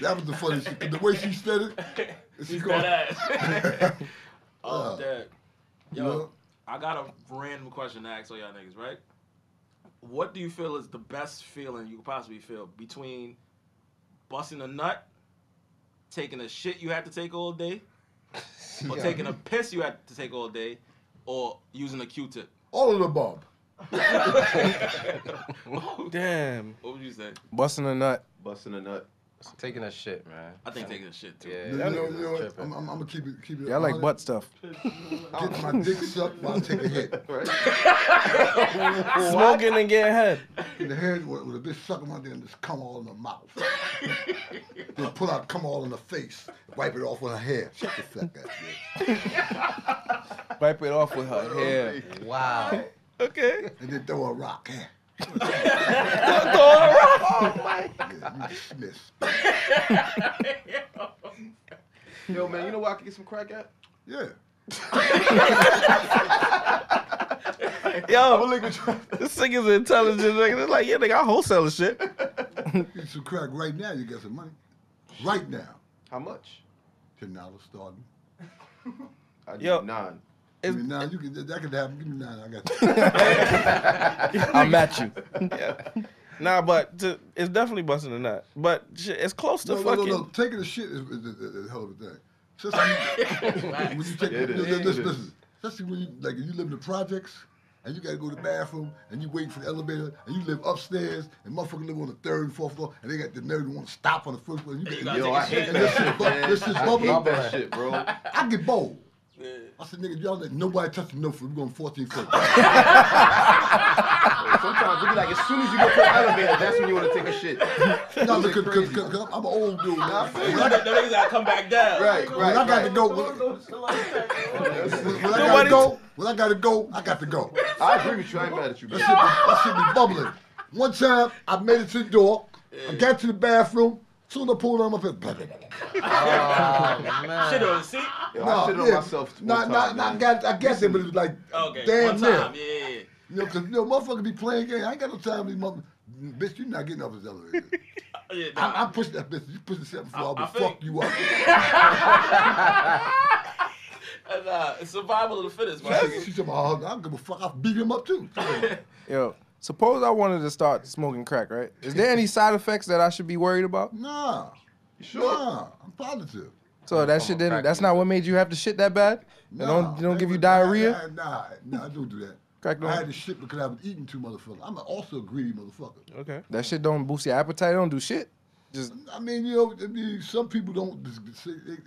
that was the funniest shit. 'cause The way she said it, and she He's going, dead ass. oh, dead. Yo, Yeah. I got a random question to ask all y'all niggas, right? What do you feel is the best feeling you could possibly feel between busting a nut, taking a shit you had to take all day, *laughs* or taking a piss you had to take all day, or using a Q-tip? all of the above. Damn. What would you say? busting a nut. Busting a nut. Taking a shit, man. I think taking a shit too. You Yeah. know, that you nigga's know what? tripping. I'm, I'm, I'm gonna keep it, keep it. Yeah, I like 100. butt stuff. Get my dick sucked while I take a hit. Right. Smoking and getting head. in the head with, with a bitch sucking my dick and just come all in the mouth. then pull out come all in the face, wipe it off with her hair. Shut the fuck up, bitch. Wipe it off with her hair. Wow. Okay. And then throw a rock. Yeah, *laughs* you dismissed. Yo, man, you know where I could get some crack at? Yeah. Yo, Look *laughs* what you- this nigga's intelligent. Nigga. They're like, yeah, nigga, I wholesale this shit. Eat some crack right now, you got some money. Right now. How much? Ten dollars starting. I Yo. Yo. nine. Give It's- me nine. You can that could happen. Give me nine. I got I'm at *laughs* you. Nah, but to, it's definitely busting a nut. But shit, it's close to no, no, no, fucking. no. Taking a shit is, is, is, is a hell of a thing. *laughs* Especially when you take, Yeah, it is. listen, listen, It is. listen. Especially when you like if you live in the projects and you gotta go to the bathroom and you waiting for the elevator and you live upstairs and motherfucker live on the third and fourth floor and they got the nerve to want to stop on the first floor. You You got, gotta Yo, take a I hate shit. and this that shit, shit, bu- man. this shit I bubbling. hate that shit, bro. I get bold. Yeah. I said, nigga, y'all let nobody touch the no food. We're going 14 *laughs* foot. Sometimes it be like as soon as you go to the elevator, that's when you want to take a shit. no, because, because, because I'm an old dude. Man. I feel Them niggas gotta come back down. Right, When I right, got to right. go, when, when I got to Nobody's- go, when I got to go, I got to go. I agree with you. I ain't mad at you, That bro. shit, be, that shit be bubbling. One time, I made it to the door. I got to the bathroom. Soon I pulled on my pants. Blah, blah, blah. Oh, man. Shit on the seat. Yo, I shit on myself. Not, one not, time, not man. got, I guess it, but it was like Okay. damn One near. time. Yeah. yeah, yeah. You know, 'cause you know, motherfucker be playing games. I ain't got no time for these mother. Bitch, you not getting off this elevator. *laughs* Yeah, nah. I, I push that bitch. You push the seven floor, I- I I will feel fuck you *laughs* up. And, uh, it's survival of the fittest, man. She, she said, "Oh, I don't give a fuck. I'll beat him *laughs* up too. Yo, suppose I wanted to start smoking crack, right? Is there any side effects that I should be worried about? nah. Sure. Nah, I'm positive. So that shit didn't. That's not what made you have to shit that bad. It Nah, don't it don't that give you was- nah, diarrhea. Nah, nah, nah, I don't do that. Crack don't- I had to shit because I was eating too motherfucker. I'm also a greedy motherfucker. Okay. That shit don't boost your appetite. It don't do shit. Just I mean, you know, I mean, some people don't. It,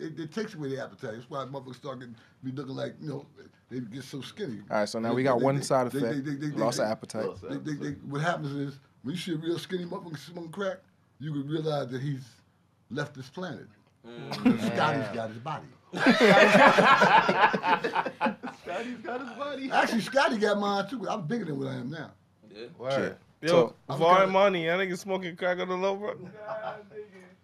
it, it takes away their appetite. That's why motherfuckers start getting be looking like you know they get so skinny. all right. So now we got one side They- effect. they- they- they- Loss of they- appetite. Lost. they- they- they- what happens is when you see a real skinny motherfucker smoking crack, you can realize that he's left this planet. Scotty's got his body. Scotty's got his body. Actually, Scotty got mine too. I'm bigger than what I am now. Shit. Yo, I'm Var kinda- and Money, that nigga smoking crack on the low, bro.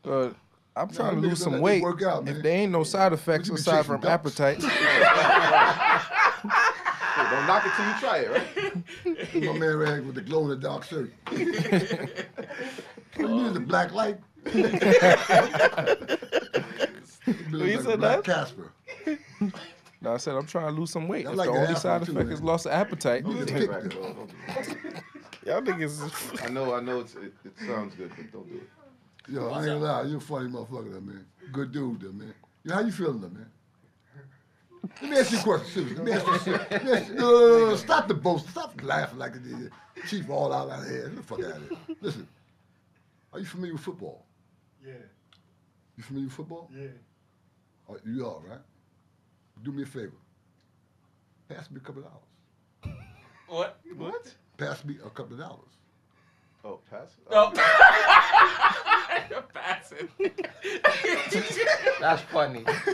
Uh, I'm trying to lose niggas don't let some you weight. work out, if man. there ain't no side effects You be aside chasing from ducks. *laughs* appetite, Hey, don't knock it till you try it, right? My man right here with the glow in the dark shirt. All you need is a black *laughs* light. you said that? black Casper. no, I said I'm trying to lose some weight. I If like the that only apple side too, effect man. is loss of appetite, *laughs* You just Take it kicked back, it. bro. Don't do it. Y'all niggas is I know, I know it's, it, it sounds good, but don't do it. Yo, I ain't gonna lie, you a funny motherfucker, though, man. Good dude, though, man. Yo, how you feeling, though, man? Let me ask you a question, seriously. Let me ask you a serious- let me ask you- No, no, no, no, no. Stop the boast. Stop laughing like it is. Chief all out of here. Get the fuck out of here. Listen, are you familiar with football? Yeah, You familiar with football? yeah. Oh, you are, right? Do me a favor. Pass me a couple of dollars. What? What? Pass me a couple of dollars. Oh, pass. *laughs* No. Oh, You're passing. That's funny. like,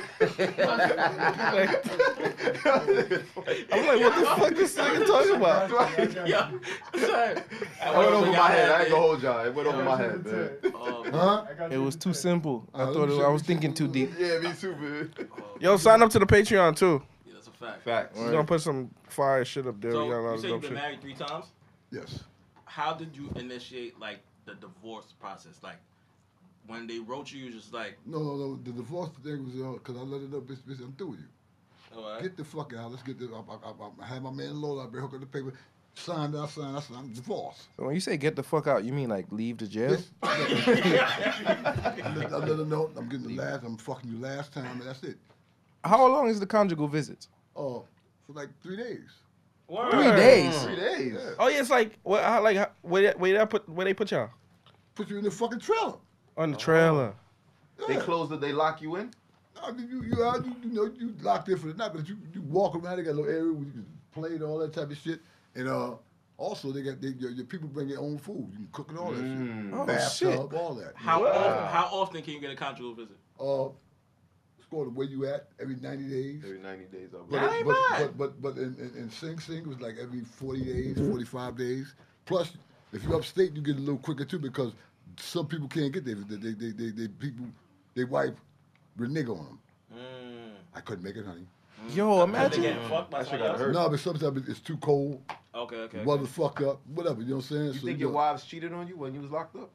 I'm like, what the fuck this nigga talking about? Yo, son. I I went over my head. I ain't gonna hold y'all. It went over my head, man. Um, Huh? it was too simple. I Uh, thought you it, should- I was thinking too deep. Yeah, me too, man. Yo, sign up to the Patreon too. That's a fact. Facts. We're gonna put some fire shit up there. So, we got a lot you of said dope you've been shit. married three times. Yes. How did you initiate like the divorce process? Like when they wrote you, you was just like, No, no, no. The divorce thing was because I let it up, bitch, bitch, I'm through with you. all right. *laughs* Get the fuck out. Let's get this. I, I, I, I had my man Lola. I've been hooking the paper. Signed, I signed, I signed. I'm divorced. So when you say get the fuck out, you mean like leave the jail? Bitch, I let, I let her know I'm getting the last. I'm fucking you last time, and that's it. How long is the conjugal visit? Oh, for like three days. *laughs* Three days. Three days. Oh yeah, it's like what? How, like how- where? Where they put? Where they put y'all? Put you in the fucking trailer. On the Oh. *laughs* trailer. They close it. They lock you in. I mean, you, you, out, you, you know, you locked in for the night, but you, you walk around. They got a little area where you can play and all that type of shit. And uh, also, they got they, your, your people bring their own food. You can cook and all that shit. Oh, Bathtub, all that. How often, how often can you get a conjugal visit? Uh, score the way you at every 90 days. Every 90 days. I'll be But, That ain't but, bad. but but but in, in, in Sing Sing it was like every 40 days, 45 days. Plus, if you're upstate, you get a little quicker too because some people can't get there. They they they, they, they people they wife renege on them. I couldn't make it, honey. Yo, Are they Oh, imagine. getting fucked by Mm. That shit somebody got else? hurt. No, but sometimes it's too cold. Okay, okay. Mother fucked up, whatever. You know what I'm saying? You think your wives cheated on you when you was locked up?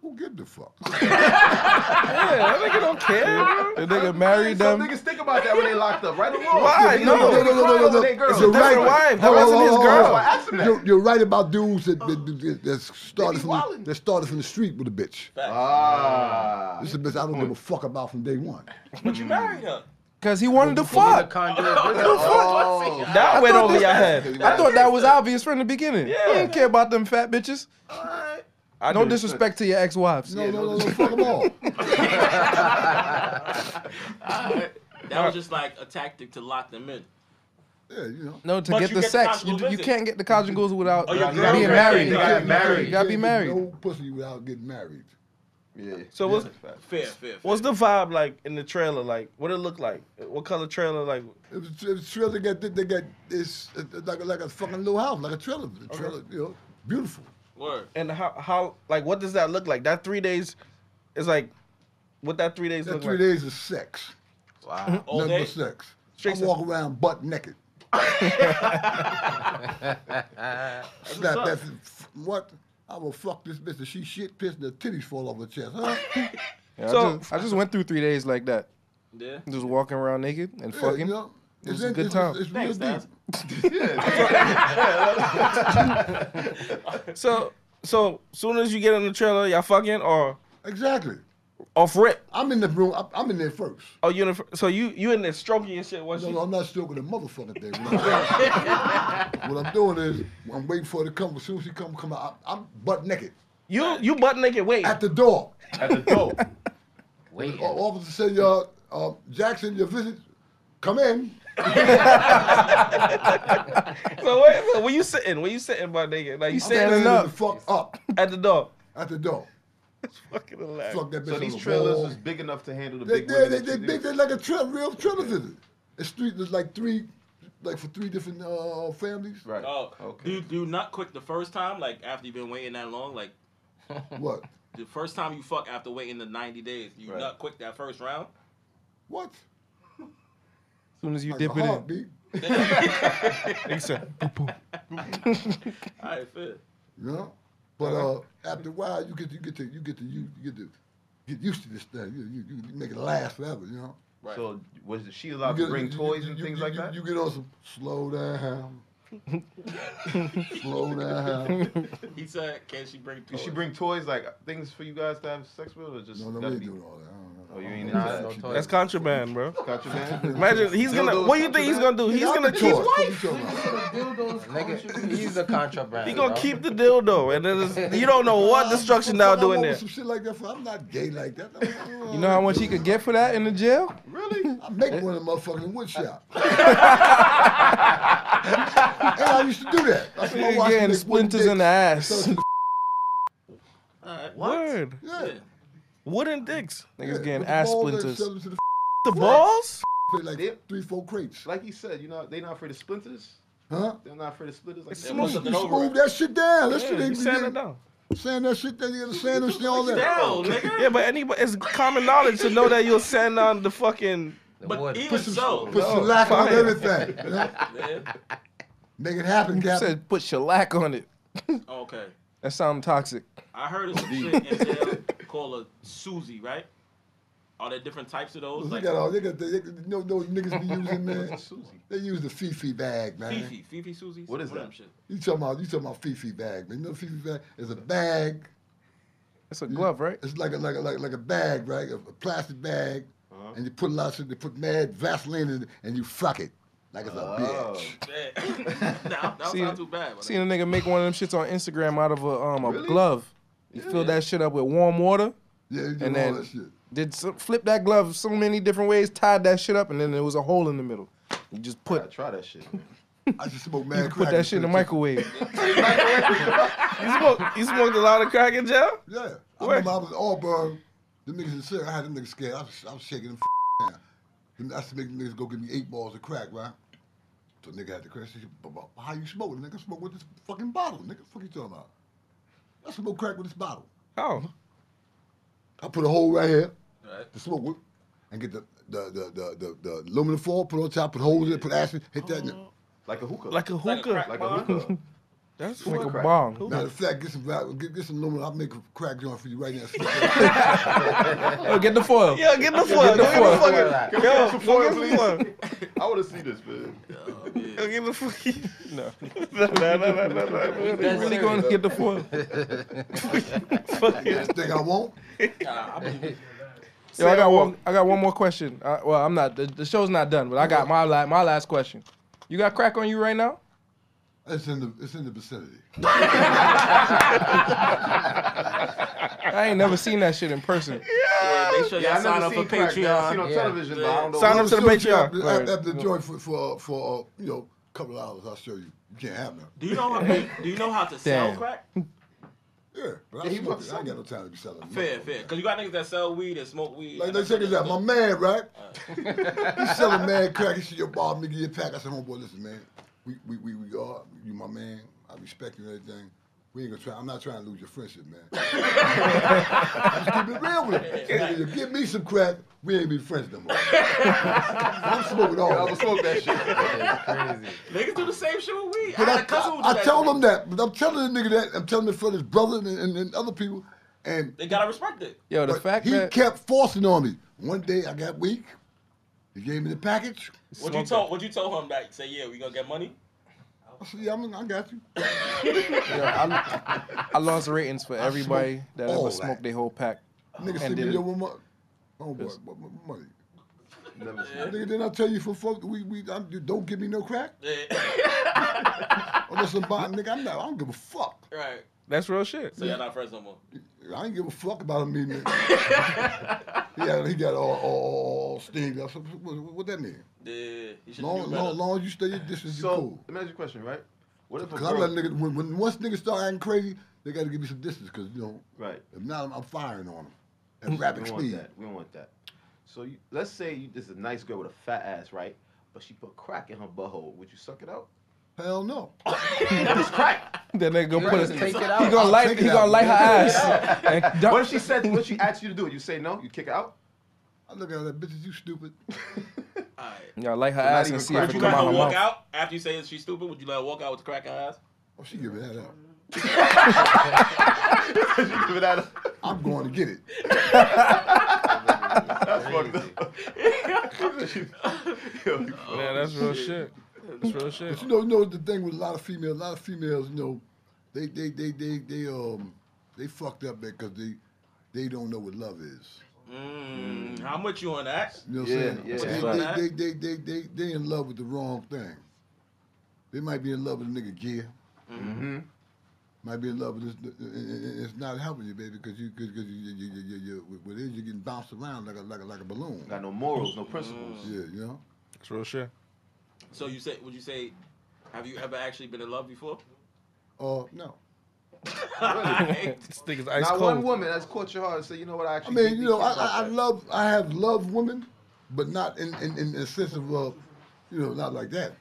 Who give the fuck? Yeah, that nigga don't care. bro. The nigga married Some them. niggas think about that when they locked up, right or wrong. Why? They No, know no, they cry over their girls. You're a different right. wife. That Hold on, wasn't hold his on, hold girl. on. Why ask him that? You're, you're right about dudes that that, that, that They be started from the, wildin'. that started from the street with a bitch. Ah. This is a bitch I don't give a fuck about from day one. But you married her. Cause he wanted to fuck. Oh. That went over your *laughs* head. I thought that was obvious from the beginning. Yeah. I didn't care about them fat bitches. I No do. disrespect to your ex-wives. No, no, no, no, fuck them *laughs* all. That was just like a tactic to lock them in. Yeah, you know. No, to But get you the get the sex, you, conjugal you visit. can't get the conjugals without Oh, your being girlfriend. married. You gotta be married. You gotta be Can't get married. No pussy without getting married. Yeah. So what's Fair, fair, fair. what's the vibe like in the trailer? Like, what it look like? What color trailer? Like, It was, it was trailer they got, they got it's uh, like, like a fucking little house, like a trailer. A trailer, you know, beautiful. word? and how how like what does that look like? That three days is like what that three days That look three like. days is sex. *laughs* Wow. All Nothing day. but sex. Straight I walk around butt naked. Snap that. f- What? I will fuck this bitch and she shit pissed and the titties fall off her chest. *laughs* Huh? Yeah, I, So- just, I just went through three days like that, Yeah. just walking around naked and fucking. Yeah, you know, It was a good time. It's, it's real Thanks, deep. Daz. So so soon as you get in the trailer, y'all fucking or Exactly. off rip. I'm in the room. I'm, I'm in there first. Oh, you in the, so you you in there stroking your shit? What's No, no, I'm not stroking a motherfucker thing. *laughs* What I'm, doing, what I'm doing is I'm waiting for her to come. As soon as she come, come out. I, I'm butt naked you you butt naked? Wait, at the door. At the *laughs* door. Wait. O- Officer say, uh, uh, Jackson, your visit. Come in. so wait, so where you sitting? Where you sitting butt naked? Like you I'm sitting standing up. the fuck up at the door? at the door. Fucking hilarious. Fuck that bitch so on these the trailers wall. was big enough to handle the They, big they, women they, that they you big. do. They like a tra- real trailer visit. It's three. There's like three, like for three different uh, families. Right. Oh, do Okay. you, do you not quick the first time? Like after you've been waiting that long, like *laughs* What? the first time you fuck after waiting the ninety days, you Right. not quick that first round. What? As soon as you Like dip a it in, heartbeat. All right, fair. You know? But uh, after a while, you get to, you get to you get to you, you get to get used to this thing. You, you, you make it last forever. You know. So was she You allowed get- to bring you- toys you- and you- things you- like you- that? You get on some slow *laughs* down. slow down. He said, "Can she bring?" Did Toys? she bring toys like things for you guys to have sex with, or just No, no, we gotta ain't be doing all that. I don't know. Oh, you ain't I don't know into what that. she- That's contraband, bro. *laughs* contraband? Imagine he's gonna. Dildos What do you think he's gonna do? Oh, He's Y'all gonna be keep. toys. What you talking about? Nigga, he's a contraband. He's gonna bro. keep the dildo, and then it's, you don't know *laughs* what destruction Fuck, now I'm doing over there. Some shit like that. For, I'm not gay like that. you know how much he could get for that in the jail? really? I make one in the motherfucking *laughs* wood shop. and I used to do that. That's why I Getting watched them make wooden splinters in the ass. dicks. All right. Word. Yeah. Yeah. Wooden dicks. Niggas Yeah, getting with ass the balls that splinters. shoved into the The balls. fit like Yeah. three, four crates. Like he said, you know, they not afraid of splinters. Huh? They're not afraid of splinters. Like It's that. smooth. Must've You been over smooth it. that shit down. That Yeah, shit ain't you sand it you down. Sand that shit down. You gotta sand that shit all that. Hell, nigga. Yeah, but anybody, it's common knowledge to know that you'll sand on the fucking. The But wood. even so, Put some lack on fine. everything. you know? yeah. Make it happen, He Captain. said put shellac on it. okay. That sounds toxic. I heard of some shit in jail called a Susie, right? Are there different types of those? They Like got all. They got. the- They, you know those niggas be using *laughs* man. Susie. They use the Fifi bag, man. Fifi, Fifi Susie. What is that? Shit. You talking about you talking about Fifi bag, man. You know Fifi bag is a bag. That's a glove, right? It's like a like a like, like a bag, right? A, a plastic bag, Uh-huh. and you put lots of they put mad Vaseline in it, and you fuck it like it's a Oh. bitch. Yeah. *laughs* nah, that was See- not too bad. but- Seen a nigga make one of them shits on Instagram out of a um a glove. He filled that shit up with warm water, Yeah, you do And all then- that shit. did so, flip that glove so many different ways, tied that shit up, and then there was a hole in the middle. You just I put try that shit. man. I just *laughs* smoke you mad. put crack that shit in the microwave. *laughs* You smoked, you smoked a lot of crack in jail. Yeah, I Where? remember I was in Auburn. The niggas in Sarah, I had them niggas scared. I was, I was shaking them down. Them- I used to make them niggas go give me eight balls of crack, right? So nigga had the crack. She said, "But- but How you smoking? Nigga smoke with this fucking bottle. Nigga, fuck you talking about? I smoke crack with this bottle. Oh, I put a hole right here. Right. the smoke wood and get the the the the, the, the aluminum foil, put on top, put holes in it, put acid, hit that. in it. Like a hookah. like a Like a hookah. crack like bong? a hookah. That's like fucking- a bomb. Matter of fact, get some val- get, get some aluminum. I'll make a crack joint for you right now. Oh, get the foil. Yo, get the foil. Go Get foil. the fucking. Like, Yo, go get foil, some foil. *laughs* I want to see this, man. Oh, yeah. Go get the fucking. No. *laughs* no, no, no, no, no, no. You really going to get the *laughs* foil? Fucking. Next thing I want, Nah, I believe it. Yo, I got one. I got one more question. Uh, well, I'm not. The, the show's not done, but I got my la- my last question. You got crack on you right now? it's in the it's in the vicinity. I ain't never seen that shit in person. Yeah, make sure y'all sign up for crack, man. I seen Patreon. on Yeah. television, but I don't know. Sign Well, up to the show you Patreon. After, Right. after, after the joint for for uh, for uh, you know a couple of hours, I'll show you. You can't have none. Do you know how? Do *laughs* you know how to sell Damn. crack? Yeah, but I, Yeah, he smoke wants it. I ain't got no time to be selling. Fair, nothing. fair. Cause you got niggas that sell weed and smoke weed. Like, and they that's check this out. My man, right? He's selling mad crack. He said, yo, Bob, nigga, your pack. I said, homeboy, listen, man. We, we, we, we are. You my man. I respect you and everything. We ain't gonna try. I'm not trying to lose your friendship, man. Just keep it real with it. Nigga, you give me some crack, we ain't be friends no more. I'm smoking all. I of would it. smoke that shit. Crazy. Niggas do the same shit with weed. I But had I, a cousin who do I, that told shit. him that. But I'm telling the nigga that. I'm telling it for his brother and, and, and other people. And They gotta respect it. Yo, the but fact he that kept forcing on me. One day I got weak. He gave me the package. What you told? What you told him that? You Say yeah, we gonna get money. I said, yeah, I'm, I got you. yo, I, I lost ratings for everybody that all ever that. smoked their whole pack. Nigga, And send me did your it. one mo- Oh boy, what, what money? Never smoked. Nigga, did I tell you for fuck? We we I'm, you don't give me no crack. Yeah. Unless I'm buying, nigga, I'm not. I don't give a fuck. *laughs* right. That's real shit. So y'all not friends no more. I ain't give a fuck about *laughs* him meeting. it. he got he got all all, all, all steamed up. So What, what that mean? Yeah. You should Long do long, better. long as you stay your distance, you So, cool. let me ask you a question, right? What if a Cause I let girl, niggas when, when once niggas start acting crazy, they got to give me some distance. Cause you know right? if not, I'm, I'm firing on them at We rapid don't want speed. that. We don't want that. So you, let's say you, this is a nice girl with a fat ass, right? But she put crack in her butthole. Would you suck it out? Hell no. It's crack. *laughs* That nigga gonna You put just his, he take it out. gonna I'll light, take he it gonna out. light her *laughs* ass. And dump- What if she said? What if she asked you to do it? You say no. You kick it out. I look at that bitch. You *laughs* stupid. Alright. Yo, light her not ass even and see crack. if Would it come you let out her her walk mouth. out after you say she's stupid? Would you let her walk out with the crack in her ass? Oh, she giving that up. Give it out. *laughs* I'm going to get it. That's fucked up. Yo, you fucked Yeah, that's Oh, real shit. That's real shit. But you know, you know the thing with a lot of females. A lot of females, you know, they they they they they um they fucked up there because they they don't know what love is. Mm, I'm with you on that. You know what Yeah, I'm saying? yeah. But They, they, they, they, they, they, they in love with the wrong thing. They might be in love with a nigga gear. Mm-hmm. Might be in love with this. and- and- and It's not helping you, baby, because you, cause, cause you, you, you, you, you, with- with it, you're getting bounced around like a, like a, like a balloon. Got no morals, no principles. Yeah, you know. That's real shit. So you say? Would you say? Have you ever actually been in love before? *laughs* Uh, no. Alright. This nigga's ice Not cold. one woman that's caught your heart and said, you know what, I I actually. mean, you know, I, I, I love. love, I have loved women, but not in, in, in the sense of, uh, you know, not like that.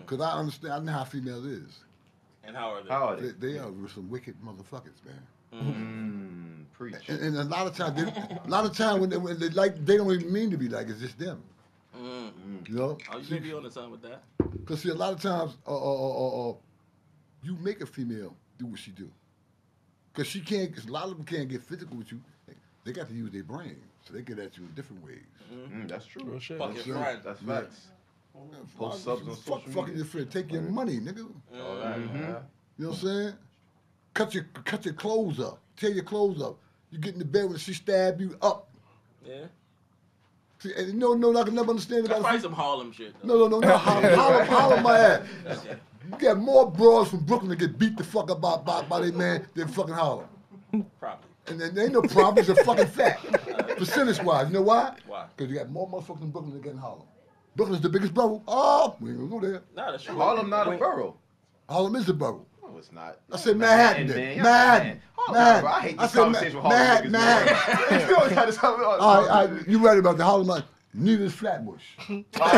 Because I understand, I know how females is. Mm, and how are they? How are They, they? they are some wicked motherfuckers, man. Mm, preach. And, and a lot of times, a lot of times when they, when they like, they don't even mean to be like. It's just them, Mm. you know. Oh, you may be on the side with that. Because see, a lot of times, uh, uh, uh, uh, you make a female do what she do. Because she can't. 'cause A lot of them can't get physical with you. They got to use their brain, so they get at you in different ways. Mm, that's true. Real shit. Fuck your sure. friend. That's Yeah. facts. Fuck- subs on fuck, social fucking media. your friend. Take your money, nigga. All that, yeah. You know what I'm saying? Cut your cut your clothes up. Tear your clothes up. You get in the bed when she stab you up. Yeah. See, and you know, no, I can never understand That's about probably some Harlem shit. Though. No, no, no, no. Holler, holler, holler my ass. You got more broads from Brooklyn that get beat the fuck up by, by, by their man than fucking holler. Probably. And then ain't no problems, they're fucking fat. Percentage wise. You know why? Why? Because you got more motherfuckers in Brooklyn than get in Harlem. Brooklyn's the biggest borough. Oh, we ain't gonna go there. Nah, that's true. um, Harlem not a borough. Harlem is the borough. No, it's not. I said Manhattan. man. then. Y'all Manhattan. Harlem not Manhattan. a borough. I hate I this said Ma- conversation with Harlem Manhattan. Manhattan. niggas. *laughs* man. You always had this Harlem- All right, all right. You're right about the Harlem. uh, Neither is Flatbush. But you can't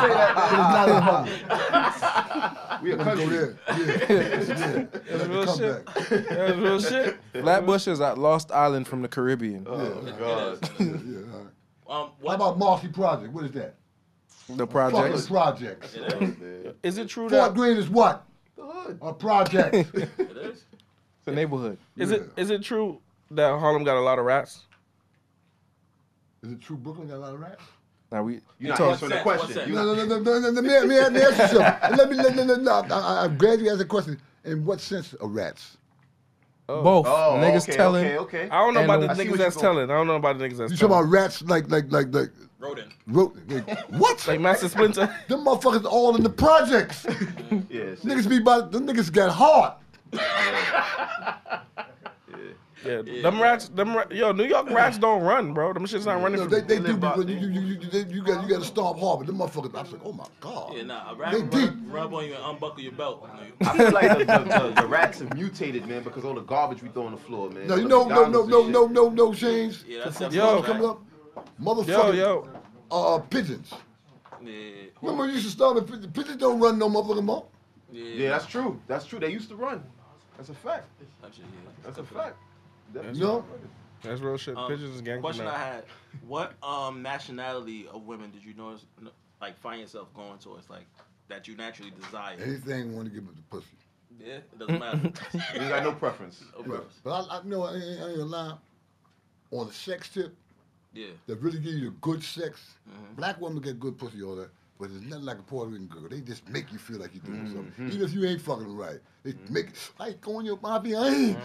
say that. It's not in Harlem. We a Go country. there. Yeah. Yeah. That's real the shit. comeback. That's real shit. Flatbush is a lost island from the Caribbean. Oh, God. Yeah, yeah, all right. Um, How what? about Marcy Project? What is that? The Fucking projects. project. It is. Is *laughs* it true Fort that Greene is what? The hood. A project. It *laughs* is. The neighborhood. is it is it true that Harlem got a lot of rats? is it true Brooklyn got a lot of rats? Now we You're you not talk, answering the What's that? What's question. that? You No, no, no, no, no, no, no, let me, let me ask you something. And Let me, let, let, let, no, I, I- I'm glad you asked the question. In what sense are rats? both Oh, niggas okay, telling Okay, okay. I don't know And about the- the I see niggas what that's you go- telling. I don't know about the niggas You that's talking telling. about rats like, like, like, like, Rodin. ro- like what? Like Master Splinter. them motherfuckers all in the projects. Yeah, see, niggas be by, them niggas got hard. Yeah, them rats, them ra- yo, New York rats don't run, bro. Them shit's not running. No, from they, they They do. live out Be, you, you, you, you, they- you got, you got to stomp hard, but them motherfuckers. I'm like, oh my god. Yeah, nah. A rat They rub, deep. rub on you and unbuckle your belt. I feel like the, the, *laughs* the, the rats have mutated, man, because all the garbage we throw on the floor, man. No, you The know, no, no, McDonald's no, and no, shit. no, no, James. Yeah, that's definitely Yo. *laughs* Yo, a coming up, motherfucking Yo, yo, Uh, pigeons. Yeah. Remember, you used to start with pigeons. Pigeons don't run no motherfucking mall. Yeah, Yeah, that's true. That's true. They used to run. That's a fact. That shit, yeah. That's a Good for fact. Definitely. No. That's real shit. Um, Pigeons is gang. Question I had: What um nationality of women did you notice, n- like, find yourself going towards, like, that you naturally desire? Anything want to give up the pussy. Yeah, it doesn't *laughs* matter. You got no preference. Of course. But I, I know I ain't, I ain't gonna lie. On the sex tip, Yeah, that really give you the good sex. Black women get good pussy all that, but it's nothing like a Puerto Rican girl. They just make you feel like you're doing something, even if you ain't fucking them right. They make I ain't going your Bobby. I ain't.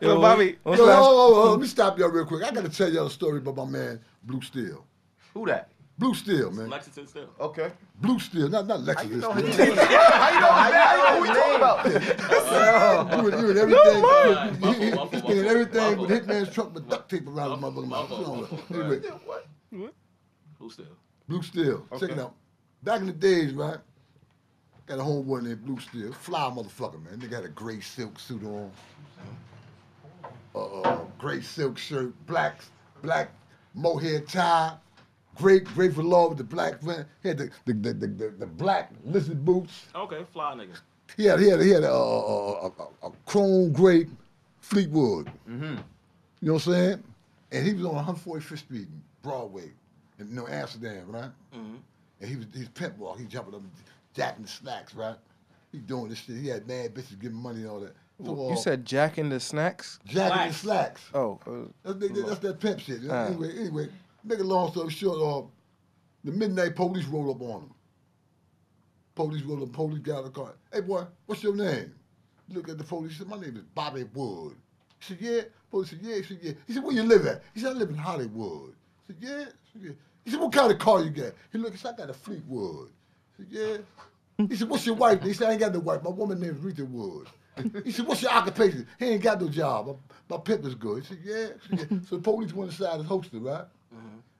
Yo, Bobby. Yo, oh, oh, oh, let me stop y'all real quick. I gotta tell y'all a story about my man Blue Steel. Who that? Blue Steel, man. Lexington still. Okay. Blue Steel, not not Lexus. You know Steel. his name. How you know his name? I know who we talking You about. were- you were everything. mind. you- you- you- Muffle, you- muffle, you did everything muffle. with Hitman's truck with duct tape around his Muffle, motherfucking muffle, mouth. muffle. Anyway, What? Who still? Blue Steel, check it out. Back in the days, right? Got a homeboy named Blue Steel, fly motherfucker, man. Nigga had a gray silk suit on, uh, uh, gray silk shirt, black black mohair tie, great grateful love with the black man. He had the the, the, the, the, the black lizard boots. Okay, fly nigga. He had he had he had a, a, a, a, a chrome grape Fleetwood. You know what I'm saying? And he was on 145th Street, in Broadway, in you know, Amsterdam, right? And he was he's pimp walk. He jumping up, jacking the snacks, right? He doing this shit. He had mad bitches giving money and all that. So, uh, You said Jack and the Snacks? jacking the slacks. Oh, uh, That's, that, that's that pimp shit. Ah. Anyway, anyway, make a long story short, uh, the midnight police rolled up on him. Police rolled up, police got out of the car. Hey boy, what's your name? He Look at the police. He said, My name is Bobby Wood. He said, Yeah. Police said, Yeah. He said, Yeah. He said, Where you live at? He said, I live in Hollywood. He said, Yeah. He said, yeah. He said, What kind of car you got? He looked, he said, I got a Fleetwood. He said, Yeah. He said, What's your wife? He said, I ain't got no wife. My woman name's Rita Wood. He said, What's your occupation? He ain't got no job. My, my pimp is good. He said, Yeah. He said, yeah. So the police went inside his holster, right?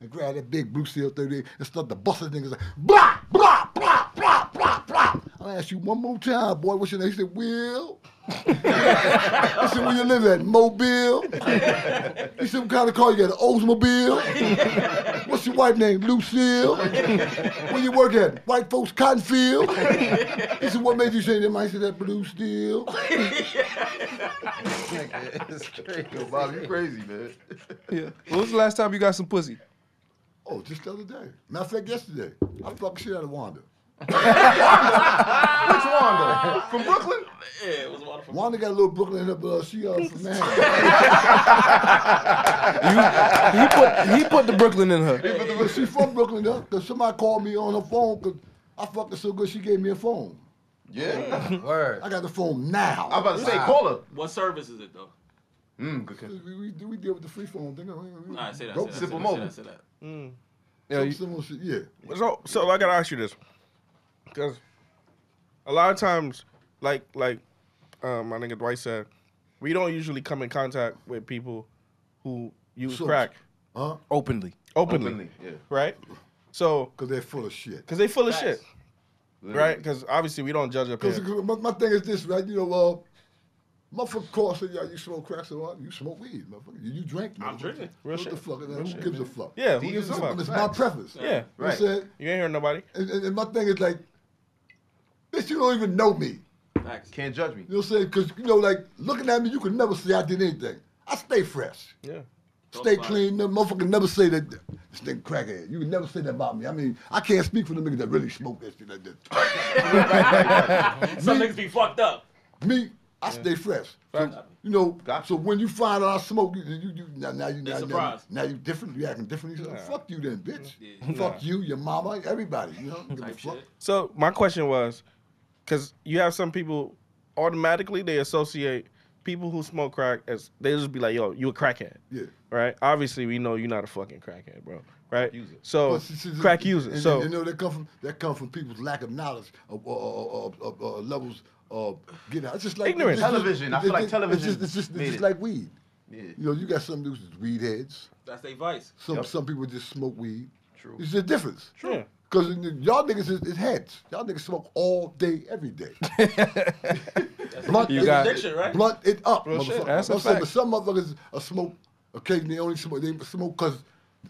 and grab that big blue seal 38 and start to bust the niggas like, blah, blah, blah, blah, blah, blah. I'll ask you one more time, boy, what's your name? He said, Will. *laughs* I said, where you live at? Mobile. *laughs* He said, what kind of car you got? An Oldsmobile? What's your wife name? *laughs* Lucille. Where you work at? White folks cotton field. He said, what made you say that? I said, that blue steel. Yo, Bobby, you crazy, man. yeah. When was the last time you got some pussy? Oh, just the other day. Matter of fact, yesterday. I fucked shit out of Wanda. Which Wanda? From Brooklyn? Yeah, it was wonderful. Wanda got a little Brooklyn in her blood. She uh, from Manhattan. He put he put the Brooklyn in her. But the- she from Brooklyn though, cause somebody called me on her phone cause I fucked her so good she gave me a phone. Yeah. Word. I got the phone now. I'm about to say, call her. What service is it though? Mm, good catch. we, we, we deal with the free phone thing. All right, say that. Go- Say that, say Simple that, say mobile. that, say that. Yeah, you- Some- some shit, yeah. So, so I gotta ask you this, because a lot of times, like like uh, my nigga Dwight said, we don't usually come in contact with people who use Sure. crack Huh? openly. openly, Openly, yeah. right? So, Cause they're full of shit. because they full of Facts. shit, right? Because obviously we don't judge up Cause here. my, my thing is this, right? You know, uh, motherfucker calls say, yeah, you smoke crack, so what? You smoke weed, motherfucker. You, you drink, motherfucker. I'm drinking. Real what shit. the fuck? is that? Who gives a fuck? Yeah, who These gives a are fuck? It's my preference. Yeah, You know what Right. I'm saying? you ain't hearing nobody. And, and, and my thing is like, bitch, you don't even know me. Facts. Can't judge me. You know what I'm saying? Because, you know, like, looking at me, you can never say I did anything. I stay fresh. Yeah, Stay lie. clean. No motherfucker never say that. This nigga crackhead. You can never say that about me. I mean, I can't speak for the niggas that really smoke that shit like that. *laughs* Some niggas be fucked up. me, I stay fresh. So, Facts. you know, so when you find out I smoke, you, you, you now, now you now, now, surprised. now you different. You acting different. You say, Yeah. Fuck you then, bitch. Fuck you, your mama, everybody. You know, give a Type fuck. shit. So my question was, because you have some people automatically they associate people who smoke crack as they just be like, yo, you a crackhead. Yeah. Right. Obviously, we know you're not a fucking crackhead, bro. Right. User. So But see, see, Oh, crack and- user. and- So you know that come from that come from people's lack of knowledge of, of, of, of, of levels of getting out. It's just like Ignorance. it's just- Television. I it's feel like just- television It's just, it's just, it's made just it. like weed. Yeah. You know, you got some dudes that's weed heads. That's their vice. Some some people just smoke weed. True. It's a difference. True. Cause y'all niggas is, is heads. Y'all niggas smoke all day, *laughs* every day. blunt, You it, got- Addiction, right? blunt it up, shit. motherfucker. That's a I'm saying, fact. but some motherfuckers are smoke. Occasionally, they only smoke. They smoke cause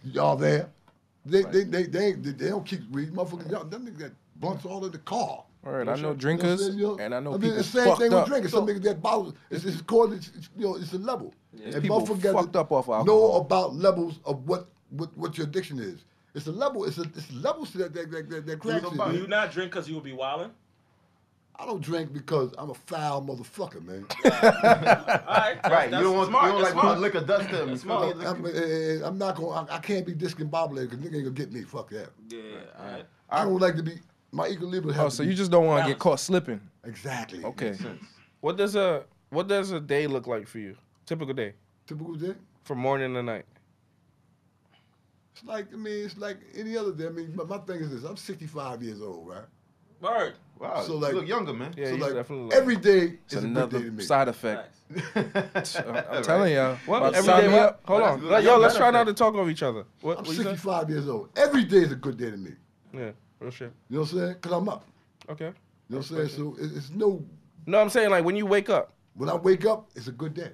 y'all there. They, they, they, they, they, they don't keep weed. Motherfuckers, y'all, them niggas got blunts all in the car. Word, I know You know what I'm drinkers saying? You know, and I know I mean, people it's the same fucked thing up. with drinking. Some niggas that bottles, it's, it's called, it's, it's, you know, it's a level. And people motherfuckers gotta fucked up off Know alcohol. about levels of what, what, what your addiction is. It's a level. It's a it's levels to that that that, that, that Do crack shit, you man. not drink because you would be *laughs* wilding? I don't drink because I'm a foul *laughs* motherfucker, man. All right, that's, Right, you don't want smart. you don't that's like smart. putting liquor dust to him. smart. I'm, I'm, eh, I'm not gonna. I, I can't be discombobulated because nigga ain't gonna get me. Fuck that. Yeah, all right. I don't like to be. My equilibrium. has Oh, to so be- you just don't want to get Balance. caught slipping. exactly Okay. What does a what does a day look like for you? Typical day typical day. from morning to night. It's like I mean, it's like any other day. I mean, my, my thing is this: I'm 65 years old, right? Word. Wow, So, you like- look younger, man. Yeah, so you *laughs* like definitely like- every day It's is a good day to another me. side effect. Facts. I'm telling y'all. What About to every sign day? me What? up. Hold Well, on, that's- yo, that's let's try benefit. not to talk over each other. What? I'm what you said? 65 years old. Every day is a good day to me. Yeah, real shit. You know what I'm saying? Cause I'm up. Okay. You know what I'm saying? So it, it's no. No, I'm saying like when you wake up, When I wake up, it's a good day.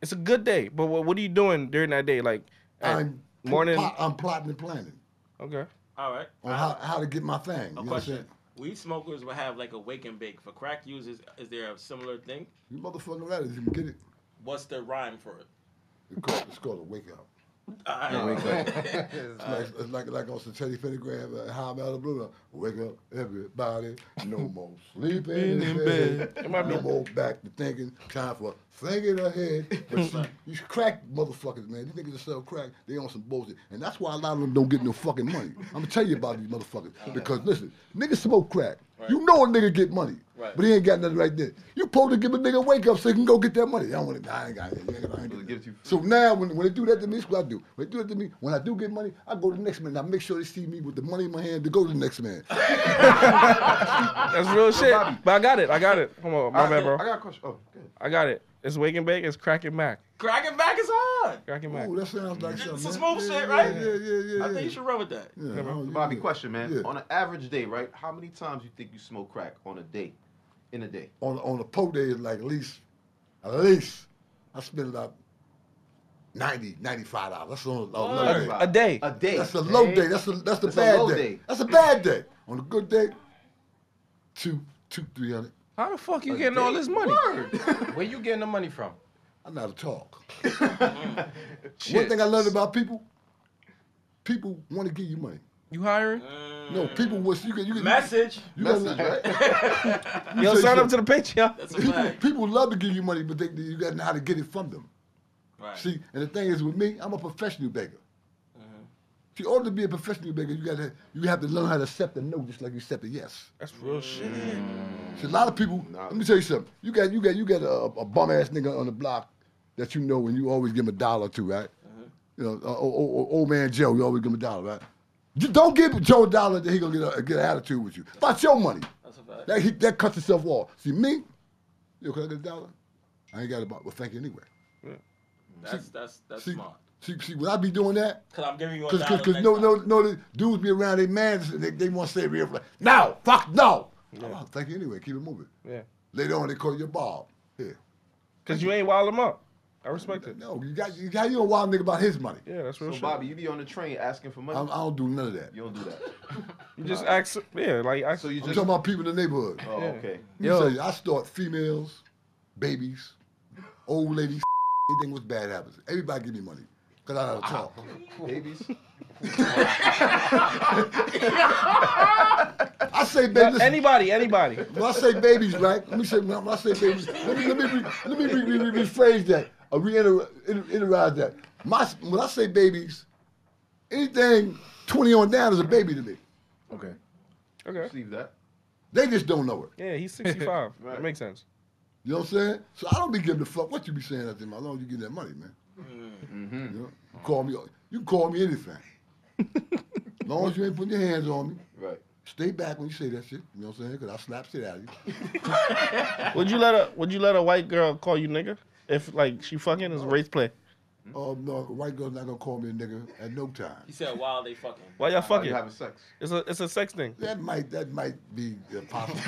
it's a good day. But what, what are you doing during that day? Like at I'm morning. plot- I'm plotting and planning Okay. All right. on how, how to get my thing. You know A what I'm saying? question. Weed smokers will have like a wake and bake. For crack users, is there a similar thing? You motherfucking right. You can get it. What's the rhyme for it? It's called, it's called a wake up. All right. It's like, it's like like on Sir Teddy Pendergram and How I'm Out of Blue. Wake up, everybody. *laughs* No more sleeping in bed. *laughs* no more back to thinking. Time for thinking ahead. *laughs* But see, these crack motherfuckers, man. These niggas that sell crack, they on some bullshit. And that's why a lot of them don't get no fucking money. I'm going to tell you about these motherfuckers. Because listen, niggas smoke crack. You know a nigga get money. Right. But he ain't got nothing right there. You supposed to give a nigga a wake up so he can go get that money. I don't want to I ain't got it. I ain't got it. It gives you- So now, when, when they do that to me, it's what I do. When they do it to me, when I do get money, I go to the next man. and I make sure they see me with the money in my hand to go to the next man. That's real shit. But I got it. I got it. Come on, my I, bad, bro. I got a question. Oh, good. I got it. It's wake and bake. It's crack and mac. *laughs* Crack and back is hard. Crack and mac. Oh, that sounds like something. It's a man. smooth Yeah, shit, right? Yeah, yeah, yeah. yeah I think you should run with that. Yeah, I don't- Bobby, yeah. question, man. Yeah. On an average day, right? How many times you think you smoke crack on a day? In a day? On on a po day, it's like at least, at least, I spend about 90 $95. That's on a, a low day. a day. A day. That's a low *laughs* day. That's a that's the That's a bad low day. day. That's a bad day. On a good day, two two three hundred. How the fuck you getting all this money? Where you getting the money from? I'm not a talk. *laughs* One thing I learned about people, people want to give you money. You hiring? No, people wish you can. You can Mm. *laughs* Message. You gotta- *laughs* Yo, say sign up to something. the Patreon. That's a people, fact. people love to give you money, but they, you got to know how to get it from them. Right. See, and the thing is with me, I'm a professional beggar. See, in order to be a professional beggar, you gotta you have to learn how to accept a no, just like you accept a yes. That's real shit. See, a lot of people. Let me tell you something. You got you got you got a, a bum ass nigga on the block that you know, and you always give him a dollar to, right? Uh-huh. You know, uh, o- o- o- old man Joe, you always give him a dollar, right? You don't give Joe a dollar that he gonna get a, get an attitude with you. That's your money. That's a fact. That he, that cuts itself off. See me, yo, can I get a dollar? I ain't got about. Well, thank you anyway. That's that's that's See, smart. see, see, when I be doing that, Cause I'm giving you a Cause, cause, dollar cause next no, time. no, no, the dudes be around their man, they, they want to say real like, no, fuck no. Oh, well, thank you anyway, keep it moving. Yeah. Later on, they call you Bob. Yeah. Cause you ain't wild them up. I respect it. No, you got, you got, you a wild nigga about his money. Yeah, that's real So, shit. Bobby, you be on the train asking for I, I money. don't do none of that. you don't do that. you just ask. Yeah, like ask. So you I'm just. talking about people in the neighborhood. oh, okay. Let me Yo. tell you, I start females, babies, old ladies, *laughs* anything with bad habits. Everybody give me money. Cause I know how to talk. Babies. I say, But baby, listen, anybody, *laughs* anybody. When I say babies, right? Let me say when I say babies. Let me let me re, let me re, re, re, rephrase that. Or reiterate that. My when I say babies, anything twenty on down is a baby to me. Okay. Okay. Receive that. They just don't know it. Yeah, he's 65. *laughs* Right. That makes sense. You know what I'm saying? So I don't be giving a fuck what you be saying out there. man, As long as you get that money, man. Mm-hmm. You know? You call me. You can call me anything. as long as you ain't putting your hands on me. Right. Stay back when you say that shit. You know what I'm saying? Because I slap shit out of you. Would you let a Would you let a white girl call you nigga if like she fucking is race play? Um, no, a white girl's not gonna call me a nigga at no time. He said while they fucking. Why y'all Fuck you fucking? having sex. It's a It's a sex thing. That might that might be uh, possible. *laughs*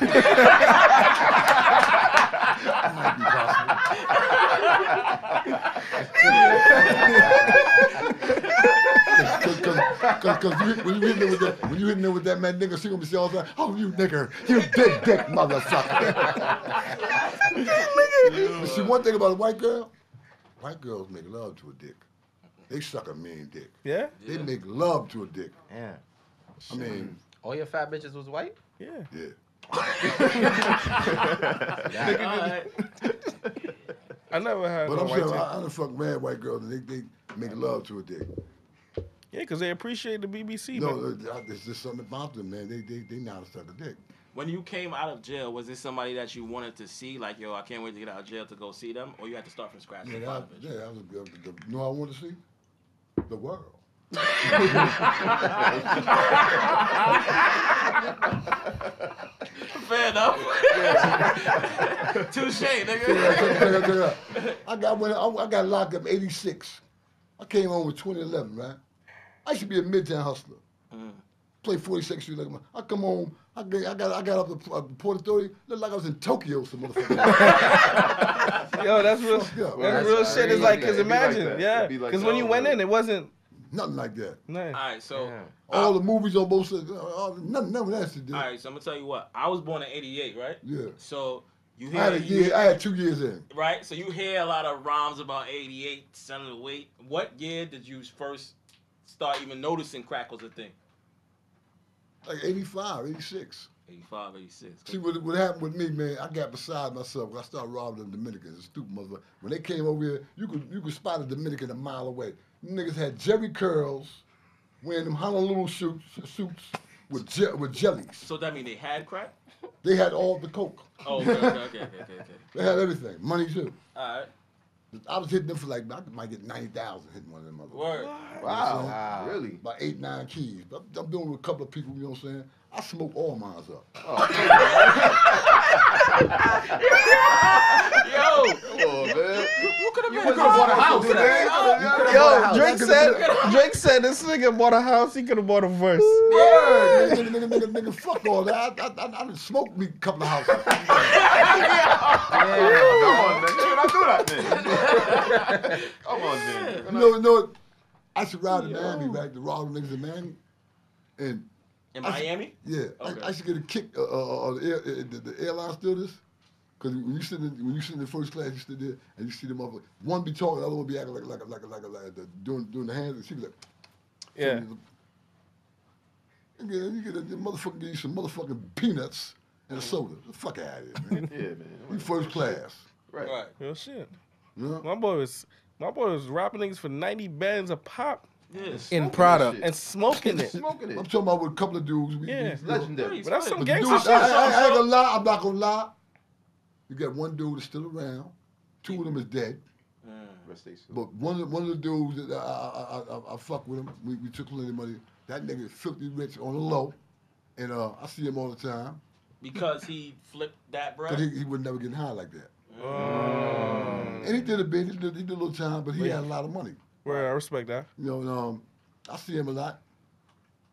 that might be possible. Cause, 'cause- Because when you hitting there with that, when you hitting there with that man nigga, she gonna be saying all the time, "Oh, you nigger, you big dick *laughs* motherfucker." but see, one thing about a white girl, white girls make love to a dick. They suck a mean dick. Yeah, They make love to a dick. *laughs* Yeah. I mean, All your fat bitches was white? yeah. yeah. *laughs* I never had. But no I'm white saying chick. I, I done fuck mad white girls and they, they make love to a dick. Yeah, because they appreciate the BBC. No, but- uh, it's just something about them, man. They they they know how to suck a dick. When you came out of jail, was this somebody that you wanted to see? Like, yo, I can't wait to get out of jail to go see them, or you had to start from scratch? Yeah, that, yeah, that was good. The, the, you know what I want to see? *laughs* The world. Fair enough. *laughs* Touche, Check nigga. it out, check it out, check it out. I got when I, I got locked up '86. I came home with 2011, right? I used to be a midtown hustler. Mm. Play 46th Street like a man. I come home. I got I got, I got up to uh, Port Authority. Looked like I was in Tokyo, some motherfucker. uh, *laughs* Yo, *laughs* that's real. Fuck that's up, real man. That's- shit. it'd It's be like, like cause that, it'd be like imagine, that, yeah, it'd be like cause when that, you went uh, in, it wasn't. Nothing like that. Nothing. All right, so. Yeah. All the movies on both sides. uh, uh, Nothing, nothing that shit did. All right, so I'm gonna tell you what. I was born in '88, right? Yeah. So you I hear, had a you- year. I had two years in. right? So you hear a lot of rhymes about '88, son of the weight. What year did you first start even noticing crack was a thing? Like 85, 86. '85, '86. See what what happened with me, man. I got beside myself when I started robbing them Dominicans. It's stupid motherfucker. When they came over here, you could you could spot a Dominican a mile away. Niggas had Jerry curls, wearing them Honolulu suits suits with je- with jellies. So that mean they had crack? They had all the coke. Oh, okay, okay, okay, okay, okay. okay. They had everything, money too. All right. I was hitting them for like I might get ninety thousand hitting one of them motherfuckers. Word. Wow. Wow. Really? About eight nine keys. But I'm, I'm dealing with a couple of people. You know what I'm saying? I smoke all mine up. Yo, Come on, man. you could have been. could've bought a house, man. Yo, Drake said, Drake said this nigga bought a house. He could have bought a verse. Word. Nigga, nigga, nigga, nigga, fuck all that. I, I, I, I done smoked me a couple of houses. Come on, man. You not do that, man. Come on, man. You know, you know, I should ride to Miami, right? The raw niggas in Miami. And In Miami? yeah, Okay. I, I should get a kick. Uh, uh, uh, the, air, uh, the, the airlines do this. Cause when you sit in when you sit in the first class, you sit there and you see them up. One be talking, the other one be acting like like like like like, like the, doing doing the hands. And she be like, Yeah. "Nigga, you get a you motherfucking give you some motherfucking peanuts and a soda. The fuck out of *laughs* here, man. Yeah, man. you first class, Right. Right. Real shit. you know? My boy was, my boy was robbing niggas for ninety bands a pop Yes. In Prada. shit. and smoking *laughs* it. Smoking I'm it. talking about with a couple of dudes. We, Yeah. we, Legendary. Please, But that's please. some But gangster dudes- shit. I, I- I ain't gonna lie. I'm not gonna lie. You got one dude that's still around. Two of them is dead. Restation. But one of, one of the dudes that I, I, I, I, I fuck with him, we, we took plenty of money. That nigga is filthy rich on the low, and uh, I see him all the time. Because he flipped that Cause bread. he, he was never getting high like that. And he did a bit. He did, he did a little time, but he had a lot of money. Well, I respect that. You know, and, um, I see him a lot.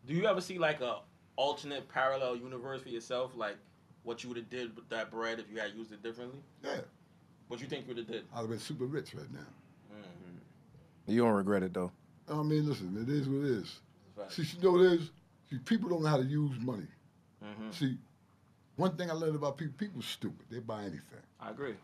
Do you ever see like a alternate parallel universe for yourself, like what you would have did with that bread if you had used it differently? Yeah, What you think you would have did? I'd have been super rich right now. You don't regret it though. I mean, listen, it is what it is. Fact. See, you know what it is? See, people don't know how to use money. See, one thing I learned about people, people stupid. They buy anything. I agree. You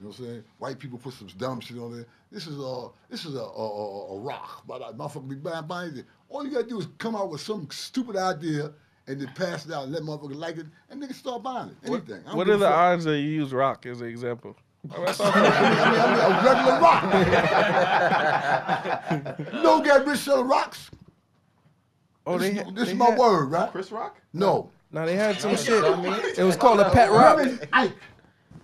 know what I'm saying? White people put some dumb shit on there. This is a this is a a, a, a rock. But I motherfucker be buying, buying anything. All you gotta do is come out with some stupid idea and then pass it out and let motherfucker like it and niggas start buying it. Anything. I don't What give are the a fuck. odds that you use rock as an example? I mean, I mean, a regular *laughs* rock. you don't get rich selling rocks. Oh, This, they is- had- this they is my had- word, right? Chris Rock? No. No, they had some shit. It was called a pet rock. Reverend Ike.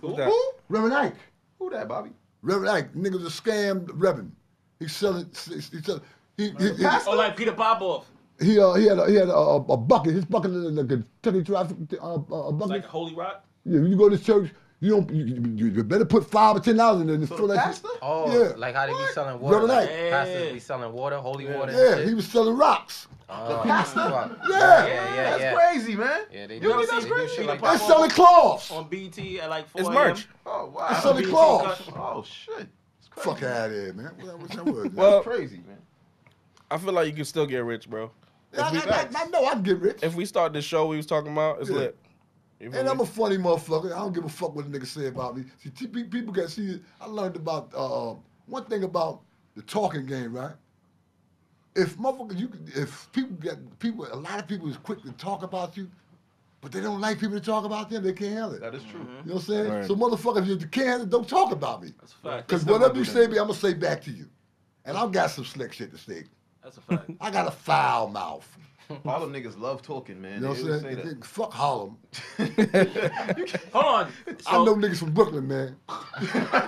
Who's that? Who? Reverend Ike. Who that, Bobby? Reverend Ike. Niggas a scammed Reverend. He's selling. He's selling. He, he, he, Oh, like Peter Boboff. he, uh, he had a, he had a, a, a bucket. His bucket is the Kentucky traffic uh, uh, a bucket. Like Holy Rock? yeah, when you go to church, you don't you, you, you better put five or ten dollars in there and fill that. shit. Pastor? Oh, Yeah. like how they be selling Remember water. Like that? Yeah. Pastors be selling water, holy water. and Yeah, Oh, shit. he was selling rocks. Oh, pastor? fuck. Yeah. yeah, yeah, That's yeah. crazy, man. Yeah, they You do. think They that's do crazy? shit like They're that. selling cloths. On BT at like 4 It's a.m. merch. Oh, wow. They're selling cloths. Oh, shit. It's crazy. Fuck out of here, man. What, what's that word? Well, Crazy, man. I feel like you can still get rich, bro. I, we- I, I, I know I can get rich. If we start this show we was talking about, it's Yeah. lit. You feel And I'm me? a Mm-hmm. funny motherfucker. I don't give a fuck what a nigga say about me. See, t- pe- people get see. I learned about uh, one thing about the talking game, right? If motherfuckers, you could- if people get people, a lot of people is quick to talk about you, but they don't like people to talk about them. They can't handle it. That is true. You know what I'm saying? Right. So motherfucker, if you can't handle it, don't talk about me. That's a fact. Because whatever you say to me, I'm gonna say back to you. And I've got some slick shit to say. That's a fact. I got a foul mouth. Harlem niggas love talking, man. You know what They I'm always saying? say They- Fuck Harlem. Hold on. I know So, niggas from Brooklyn, man.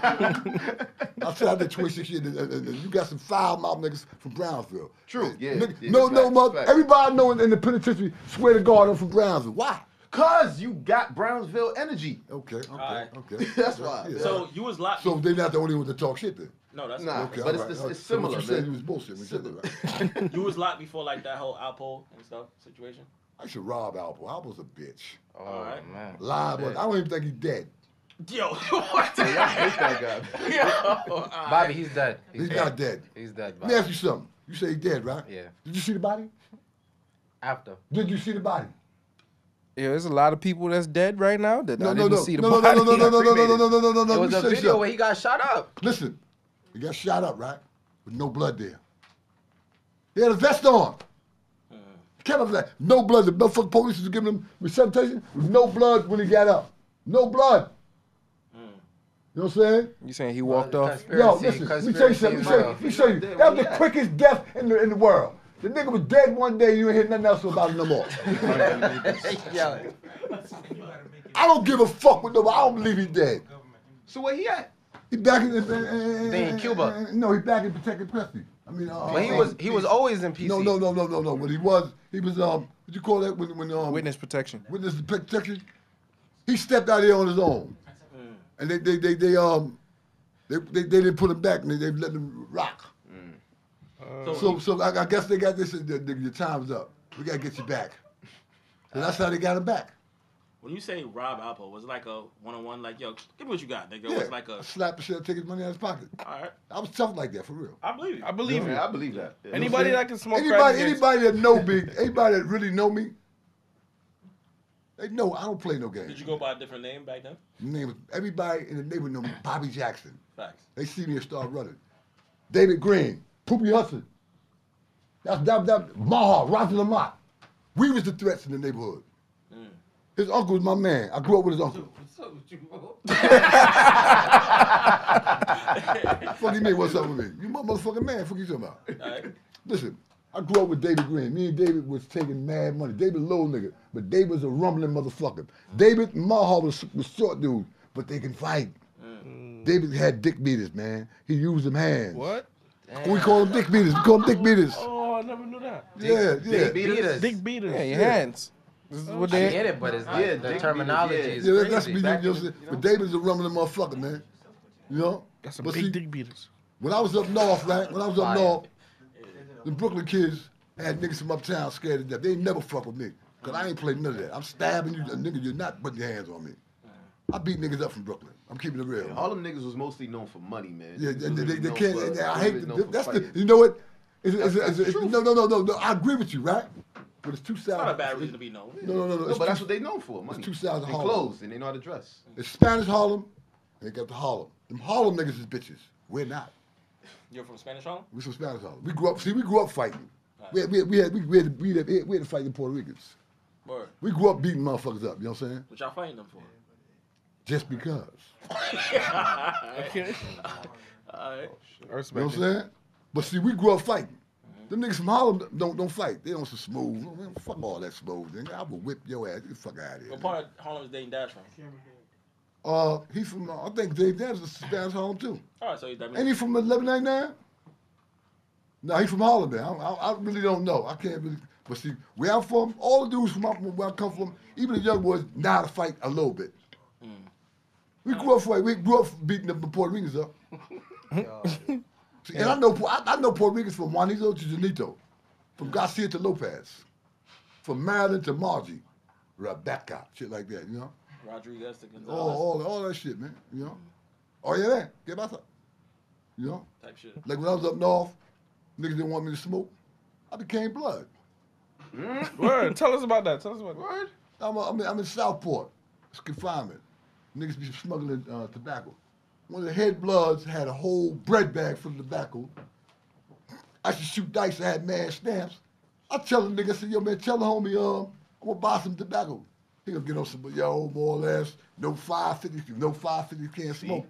I said I did 26 years, and, and- and you got some foul mouth niggas from Brownsville. True, yeah, Nigga- yeah, no, no, facts, mother. facts. Everybody I know in, in the penitentiary swear to God I'm from Brownsville. Why? that. *laughs* Cause you got Brownsville energy. Okay, okay, right. okay. That's why. Yeah. so you was locked. so they're not the only ones that talk shit then. no, that's Nah, not. Okay, but it's, alright, it's, alright. it's So what similar, you said you man. was bullshit. when you said that, right? You was locked before like that whole Apple and stuff situation. I should rob Alpo. Alpo's a bitch. All right. man. Live, I don't even think he's dead. Yo, *laughs* what? Yeah, y'all hate that guy. Yo, all right. Bobby, he's dead. He's not dead. He's dead, Let Bobby. me ask you something. You say he dead, right? Yeah. Did you see the body? After. Did you see the body? Yeah, there's a lot of people that's dead right now that I No, no, didn't no, see the no, no, body. no, no, no, no, no, no, no, cremated. no, no, no, no, It no. was Let me a say video something. where he got shot up. Listen, he got shot up, right? With no blood there. He had a vest on. Uh. Kept up that. No blood. The motherfucking police was giving him resuscitation with no blood when he got up. No blood. Uh. You know what I'm saying? You saying he walked off? Yo, listen, let me tell you something. Let me show you- let me show you. That was the quickest death in the, in the world. The nigga was dead one day, you ain't hear nothing else about him no *laughs* more. Yo, I don't give a fuck with nobody. I don't believe he's dead. So where he at? He back in, in, in, They in Cuba. No, he back in protected custody. I mean, uh, but he was he was always in PC. No, no, no, no, no, no. When he was, he was um. What you call that when when um Witness protection. witness protection? He stepped out there on his own, Mm. and they they they, they um they, they they didn't put him back. And they, they let him rock. Uh, So so I, I guess they got this. The, the, your time's up. We gotta get you back. So that's how they got him back. When you say Rob Apple, was it like a one on one? Like, yo, give me what you got, nigga. Yeah, Was like a. I slapped the shit, take his money out of his pocket. All right. I was tough like that for real. I believe you. I believe you. Yeah, I believe that. Yeah. Anybody that can smoke crack Anybody, against- anybody that know me, anybody that really know me, they know I don't play no game. Did you go by a different name back then? Name it- everybody in the neighborhood know me, Bobby Jackson. Facts. They see me and start running. David Green, Poopy Hudson. That's that, that Maha, Roger Lamont. We was the threats in the neighborhood. His uncle was my man. I grew up with his uncle. *laughs* Fuck you mean, what's up with me? You my motherfucking man, fuck you talking about? All right. Listen, I grew up with David Green. Me and David was taking mad money. David low nigga, but David was a rumbling motherfucker. David and Maha was, was short dude, but they can fight. David had dick beaters, man. He used them hands. What? We call them dick beaters. We call them dick beaters. Oh, I never knew that. yeah, yeah. Dick beaters. Dick beaters. Yeah, your hands. This is what I they. get it, but it's like Yeah, the Dick terminology Beaters, yeah. is yeah, that- crazy. that's me. You know, Back in what I'm saying? but David's a rumbling motherfucker, man. You know? That's a But big see, dick beaters. When I was up north, right? When I was up Fire. north, the Brooklyn kids had niggas from uptown scared to death. They ain't never fuck with me. Cause I ain't played none of that. I'm stabbing you, nigga, you're not putting your hands on me. I beat niggas up from Brooklyn. I'm keeping it real. All them niggas was mostly known for money, man. Yeah, they, was they, they known can't. for- they- I they hate was the, known for that's the. fighting. You know what? It's, it's, That's- it's, that's it's- true. no, no, no, no, no. I agree with you, right? But it's two sides. It's not a bad reason to be known. *laughs* No, no, no, no. No, it's but two- that's what they known for. Money. two sides of They Harlem. clothes and they know how to dress. It's Spanish Harlem, and they got the Harlem. Them Harlem niggas is bitches. We're not. You're from Spanish Harlem. We some Spanish Harlem. We grew up. See, we grew up fighting. We had, we had, we had, we had, we had, we had, we had to fight the Puerto Ricans. Word. We grew up beating motherfuckers up. You know what I'm saying? What y'all fighting them for? Just because. *laughs* Okay. All right. I You know respect what I'm it. saying? But see, we grew up fighting. Them niggas from Harlem don't don't fight. They on some smooth. Man, fuck all that smooth. Nigga. I will whip your ass. Get the fuck out of here. What part of Harlem is Dayton Dash from? Uh, he from uh, I think Dave Davis is Spanish Harlem too. All right. So that means Ain't he from 1199? No, he from Harlem. Man. I, I, I really don't know. I can't really. But see, where I'm from, all the dudes from up- from where I come from, even the young boys, know how to fight a little bit. We grew up fight. We grew up beating the Puerto Ricans up. see, and I know Pu- I, I know Puerto Ricans from Juanito to Janito, from Garcia to Lopez, from Marilyn to Margie, Rebecca, shit like that. You know, Rodriguez to all Gonzalez all, all that shit, man. You know, oh yeah, man. get about that. You know. type shit. Like when I was up north, niggas didn't want me to smoke. I became blood. Word. Tell us about that. Tell us about that. I'm, a, I'm, in, I'm in Southport. It's confinement. Niggas be smuggling uh, tobacco. One of the head bloods had a whole bread bag full of tobacco. I should shoot dice. I had mad stamps. I tell the nigga, I said, yo, man, tell the homie, um, I'm gonna buy some tobacco. He gonna get on some, yo, more or less, no 550, no 550 can't smoke.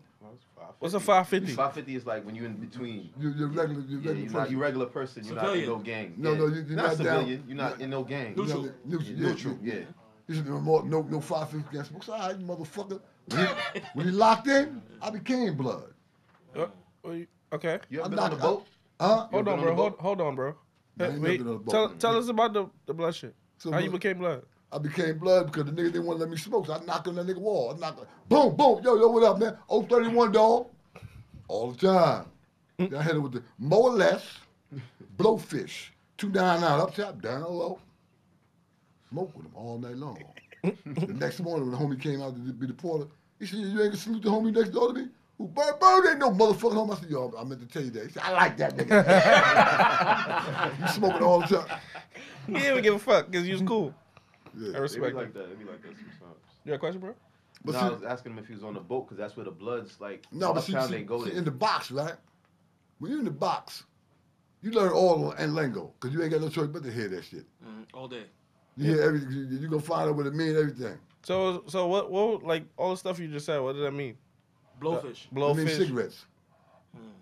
What's a 550? 550 is like when you're in between. You, you're regular, you're Yeah, regular you're, not, person. you regular person. You're not in Civilian. no gang. No, Yeah. no, you- you're not, not down. civilian. You're not in no gang. You know, Neutral. neutral, Yeah, neutral. Yeah. This is no more, no, no 550 can't smoke. So, all right, motherfucker. When he, when he locked in, I became blood. What? What you- Okay. You ever I'm been on a not- boat? Huh? Hold been on, on the bro. Hold, boat? hold on, bro. I ain't Hey, never Wait, been on the tell, boat. tell us about the, the blood shit. So How you what- became *laughs* blood. I became blood because the nigga didn't want to let me smoke. So I knocked on that nigga wall. I knocked on, boom, boom, yo, yo, what up, man? 031 dog. All the time. Then I hit him with the more or less blowfish. 299 up top, down low. Smoke with him all night long. the next morning when the homie came out to be the porter, he said, You ain't gonna salute the homie next door to me? Who bird bird ain't no motherfucking home. I said, Yo, I meant to tell you that. He said, I like that nigga. you smoking all the time. He didn't even give a fuck because you was *laughs* cool. I Yeah. It be respect like that. that. It be like that sometimes. You got a question, bro? But no, see- I was asking him if he was on the boat because that's where the bloods like. No, but see, uptown see- they go see, there. in the box, right? When you're in the box, you learn all and lingo because you ain't got no choice but to hear that shit. Mm, all day. You hear everything. You, you gonna find out what it means. Everything. So, so what, what, like, all the stuff you just said, what did that mean? Blowfish. I mean, Blowfish. cigarettes.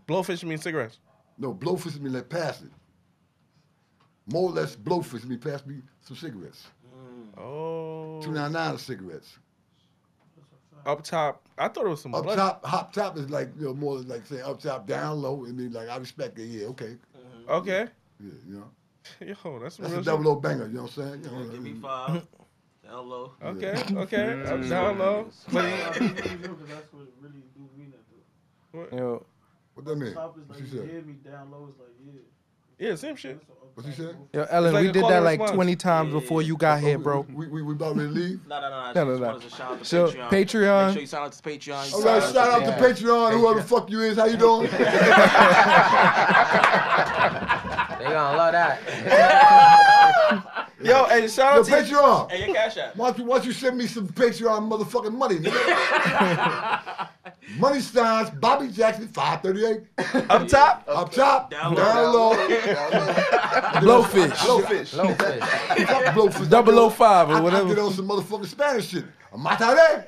Blowfish means cigarettes. No, blowfish mean like pass it. More or less, blowfish mean pass me some cigarettes. Mm-hmm. Oh. Two nine nine cigarettes. Up top. I thought it was some Up blood. top, hop top is like you know more like say up top, down low. I mean like I respect it. Yeah, okay. Okay. *laughs* Yeah, you know Yo, that's, some that's a real double shit. O banger. You know what I'm saying? You know, Mm-hmm. uh, Give me five. Hello. *laughs* Okay, okay. I'm down low. But that's what really do mean that though. You know, what that mean? Top is What like she you said? hear me, down low is like yeah. yeah, same shit. What you said? yo, Ellen, like a we did call that and like response. 20 times before you got here, *laughs* bro. Oh, We, we, we about ready to leave. No, no, No, no, no. just no, no. wanted to shout out to So, Patreon. Patreon. Make sure you sign up to Patreon. You All right, sign shout out to Yeah. Patreon, whoever the Patreon. fuck you is. How you *laughs* doing? They gonna love that. *laughs* Yo, and shout Yo, out to Patreon. Hey, your cash app. Why don't, you, why don't you send me some Patreon motherfucking money, nigga? money signs, Bobby Jackson, 538. up top. Up top, Down down, low. low. Blowfish. Blowfish. Blowfish. Fuck blowfish. 005 or I- I whatever. get on some motherfucking Spanish shit. Matare.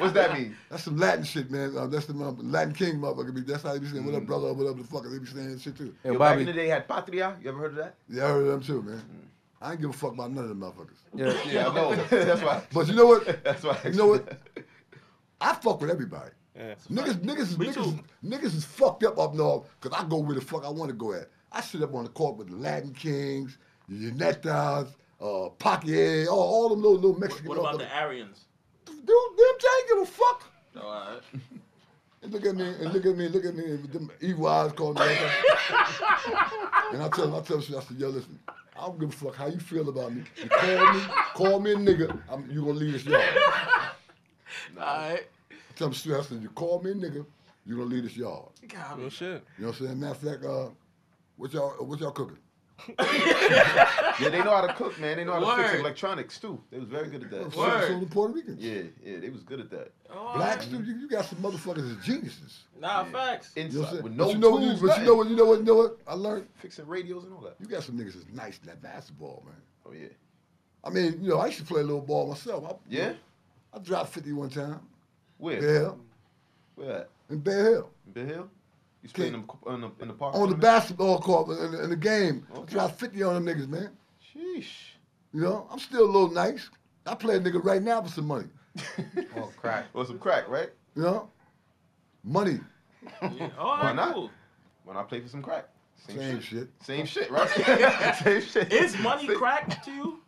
What's that mean? That's some Latin shit, man. Uh, that's the mother- Latin King motherfucker. be- That's how they be saying, what Mm. up, brother, what up, the fucker. They be saying that shit, too. Yo, Yo, back in the Bobby. day, had patria. You ever heard of that? Yeah, I heard of them, too, man. I ain't give a fuck about none of them motherfuckers. Yeah. Yeah, *laughs* I know. that's why. But you know what? That's why. I You know said what? I fuck with everybody. Niggas, niggas, is, Me niggas, too. niggas is fucked up up north because I go where the fuck I want to go at. I sit up on the court with the Latin Kings, the Yanettas, uh, Paquier, all, all them little, little Mexican What about the motherfuckers. Aryans? Dude, them ain't give a fuck. No, all right. And look at me, and look at me, look at me, and them evil eyes calling me. out there. and I tell them, I tell them, I said, yo, listen, I don't give a fuck how you feel about me. You call me, call me a nigga, I'm, you gonna leave this yard. All right. Tell them straight, I said, you call me a nigga, you gonna leave this yard. God, Real shit. You know what I'm saying? Matter of fact, uh, what y'all what y'all cooking? that. Yeah, they know how to cook, man. They know how to fix Word. electronics too. They was very good at that. So, Word. so the Puerto Ricans. Yeah, yeah, they was good at that. all right. Blacks, dude, you, you got some motherfuckers as geniuses. Nah, facts. You know what I'm Inside, with saying? but you no know what you, tools, but you know what you know what you know what I learned? nothing. Fixing radios and all that. You got some niggas that's nice in that basketball, man. Oh yeah. I mean, you know, I used to play a little ball myself. I, Yeah. I dropped 50 one time. Where? Bear Hill. Where at? In Bear Hill. In Bear Hill? You spend them co- in the, in the park? On the tournament? basketball court in the, in the game. I Okay. dropped 50 on them niggas, man. Sheesh. You know, I'm still a little nice. I play a nigga right now for some money. Oh, crap. Or some crack, right? You know? Money. Yeah. All Why right, not? cool. When I play for some crack. Same, Same shit. shit. Same shit, right? *laughs* Same shit. Is money crack to you?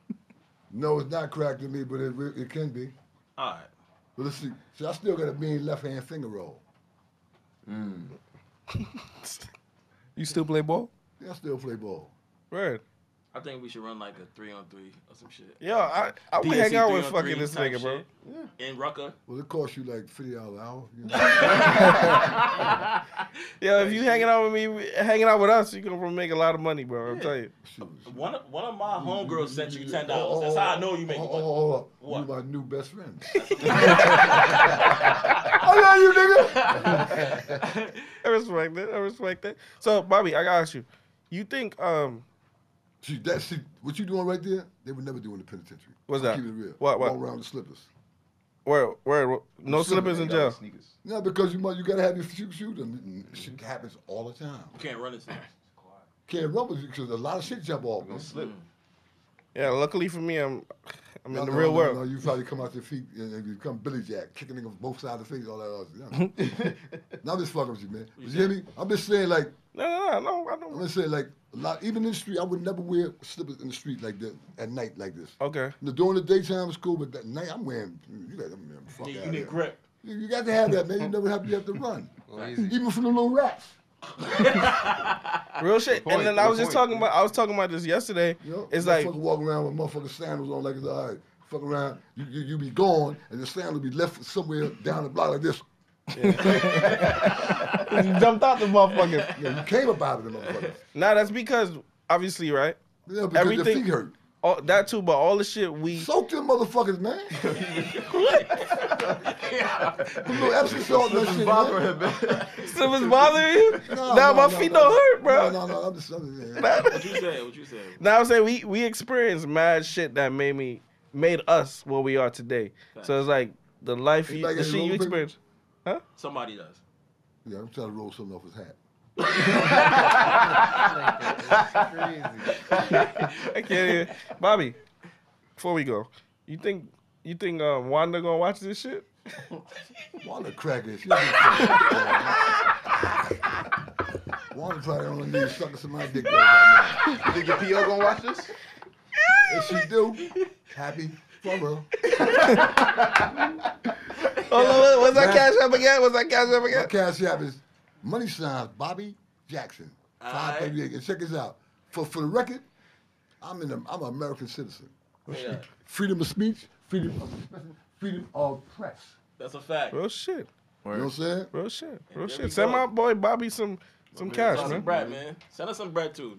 No, it's not crack to me, but it, re- it can be. All right. But let's see. So I still got a mean left hand finger roll. You still play ball? Yeah, I still play ball. Word. I think we should run like a three on three or some shit. Yo, I, I would hang DSC out with 3 on fucking 3 this type nigga, bro. shit. In Rucker. Well, it costs you like fifty dollars an hour. You know? *laughs* Yo, if you hanging out with me, hanging out with us, you gonna make a lot of money, bro. I'm telling you. Shoot. One of, one of my homegirls sent you ten Oh, dollars. That's how I know you make oh, money. oh, hold up. What? You my new best friend. *laughs* I love you, nigga. I respect that. I respect that. So, Bobby, I gotta ask you. You think um See, that shit, what you doing right there, they would never do in the penitentiary. What's I'm that? Keeping it real. What, what? Walk around in slippers. where where where- no slippers in They got Mm. jail? Sneakers. No, because you might, you gotta have your shoes shoes them. Shit happens all the time. You can't run this thing. Can't run because a lot of shit jump off. We're man. gonna slip. Yeah, luckily for me, I'm I'm No, in the no, real no, world. No, you probably come out your feet and, and you become Billy Jack, kicking niggas both sides of the face, all that *laughs* other shit. No, I'm just fucking with you, man. But you hear me? I'm just saying, like, No, no, no, no. I I'm don't. just saying, like, a lot, even in the street, I would never wear slippers in the street like that at night like this. Okay. Now, during the daytime it's cool, but that night I'm wearing, you got, I'm wearing fuck You, outta you need here. grip. *laughs* You, you got to have that, man. You never have, you have *laughs* to run. easy. Even from the little rats. Real shit. point, and then I good was just point. talking about I was talking about this yesterday. You know? It's like Motherfucker walk around with motherfucking sandals on like it's all right. Fuck around, you, you, you be gone, and the sandal be left somewhere down the block like this. *laughs* *laughs* you jumped out the motherfucker. Yeah, you came about it, motherfucker. Now that's because obviously, right? Yeah, because your Everything- feet hurt. All, that too, but all the shit we Soak them *laughs* motherfuckers, man. Put a little Epsom salt in that shit, man. slippers bother you? No, now no, my no, feet no. don't hurt, bro. No, no, no. I'm just, *laughs* I'm just What you said? What you said? Now I'm saying we we experienced mad shit that made me made us what we are today. So it's like the life you, Anybody the got shit any you room, baby? experience. Somebody does. Yeah, I'm trying to roll something off his hat. I can't even. *laughs* Bobby, before we go, you think you think uh, Wanda gonna watch this shit? Wanda crackers. She don't give a fuck. Wanda probably on her knees sucking somebody's dick right now. Think your PO gonna watch this? If she do, happy for her. Oh, look, was that Nah. cash up again? Was that cash up My again? cash app is money signs Bobby Jackson. All right. 538. And check this out. For for the record, I'm in a, I'm an American citizen. *laughs* Yeah, Freedom of speech, freedom of expression, freedom of press. that's a fact. Real shit, You know what I'm saying? real shit, real there shit. we Send go. my boy Bobby some some Send cash, us some man. bread, man. Send us some bread too.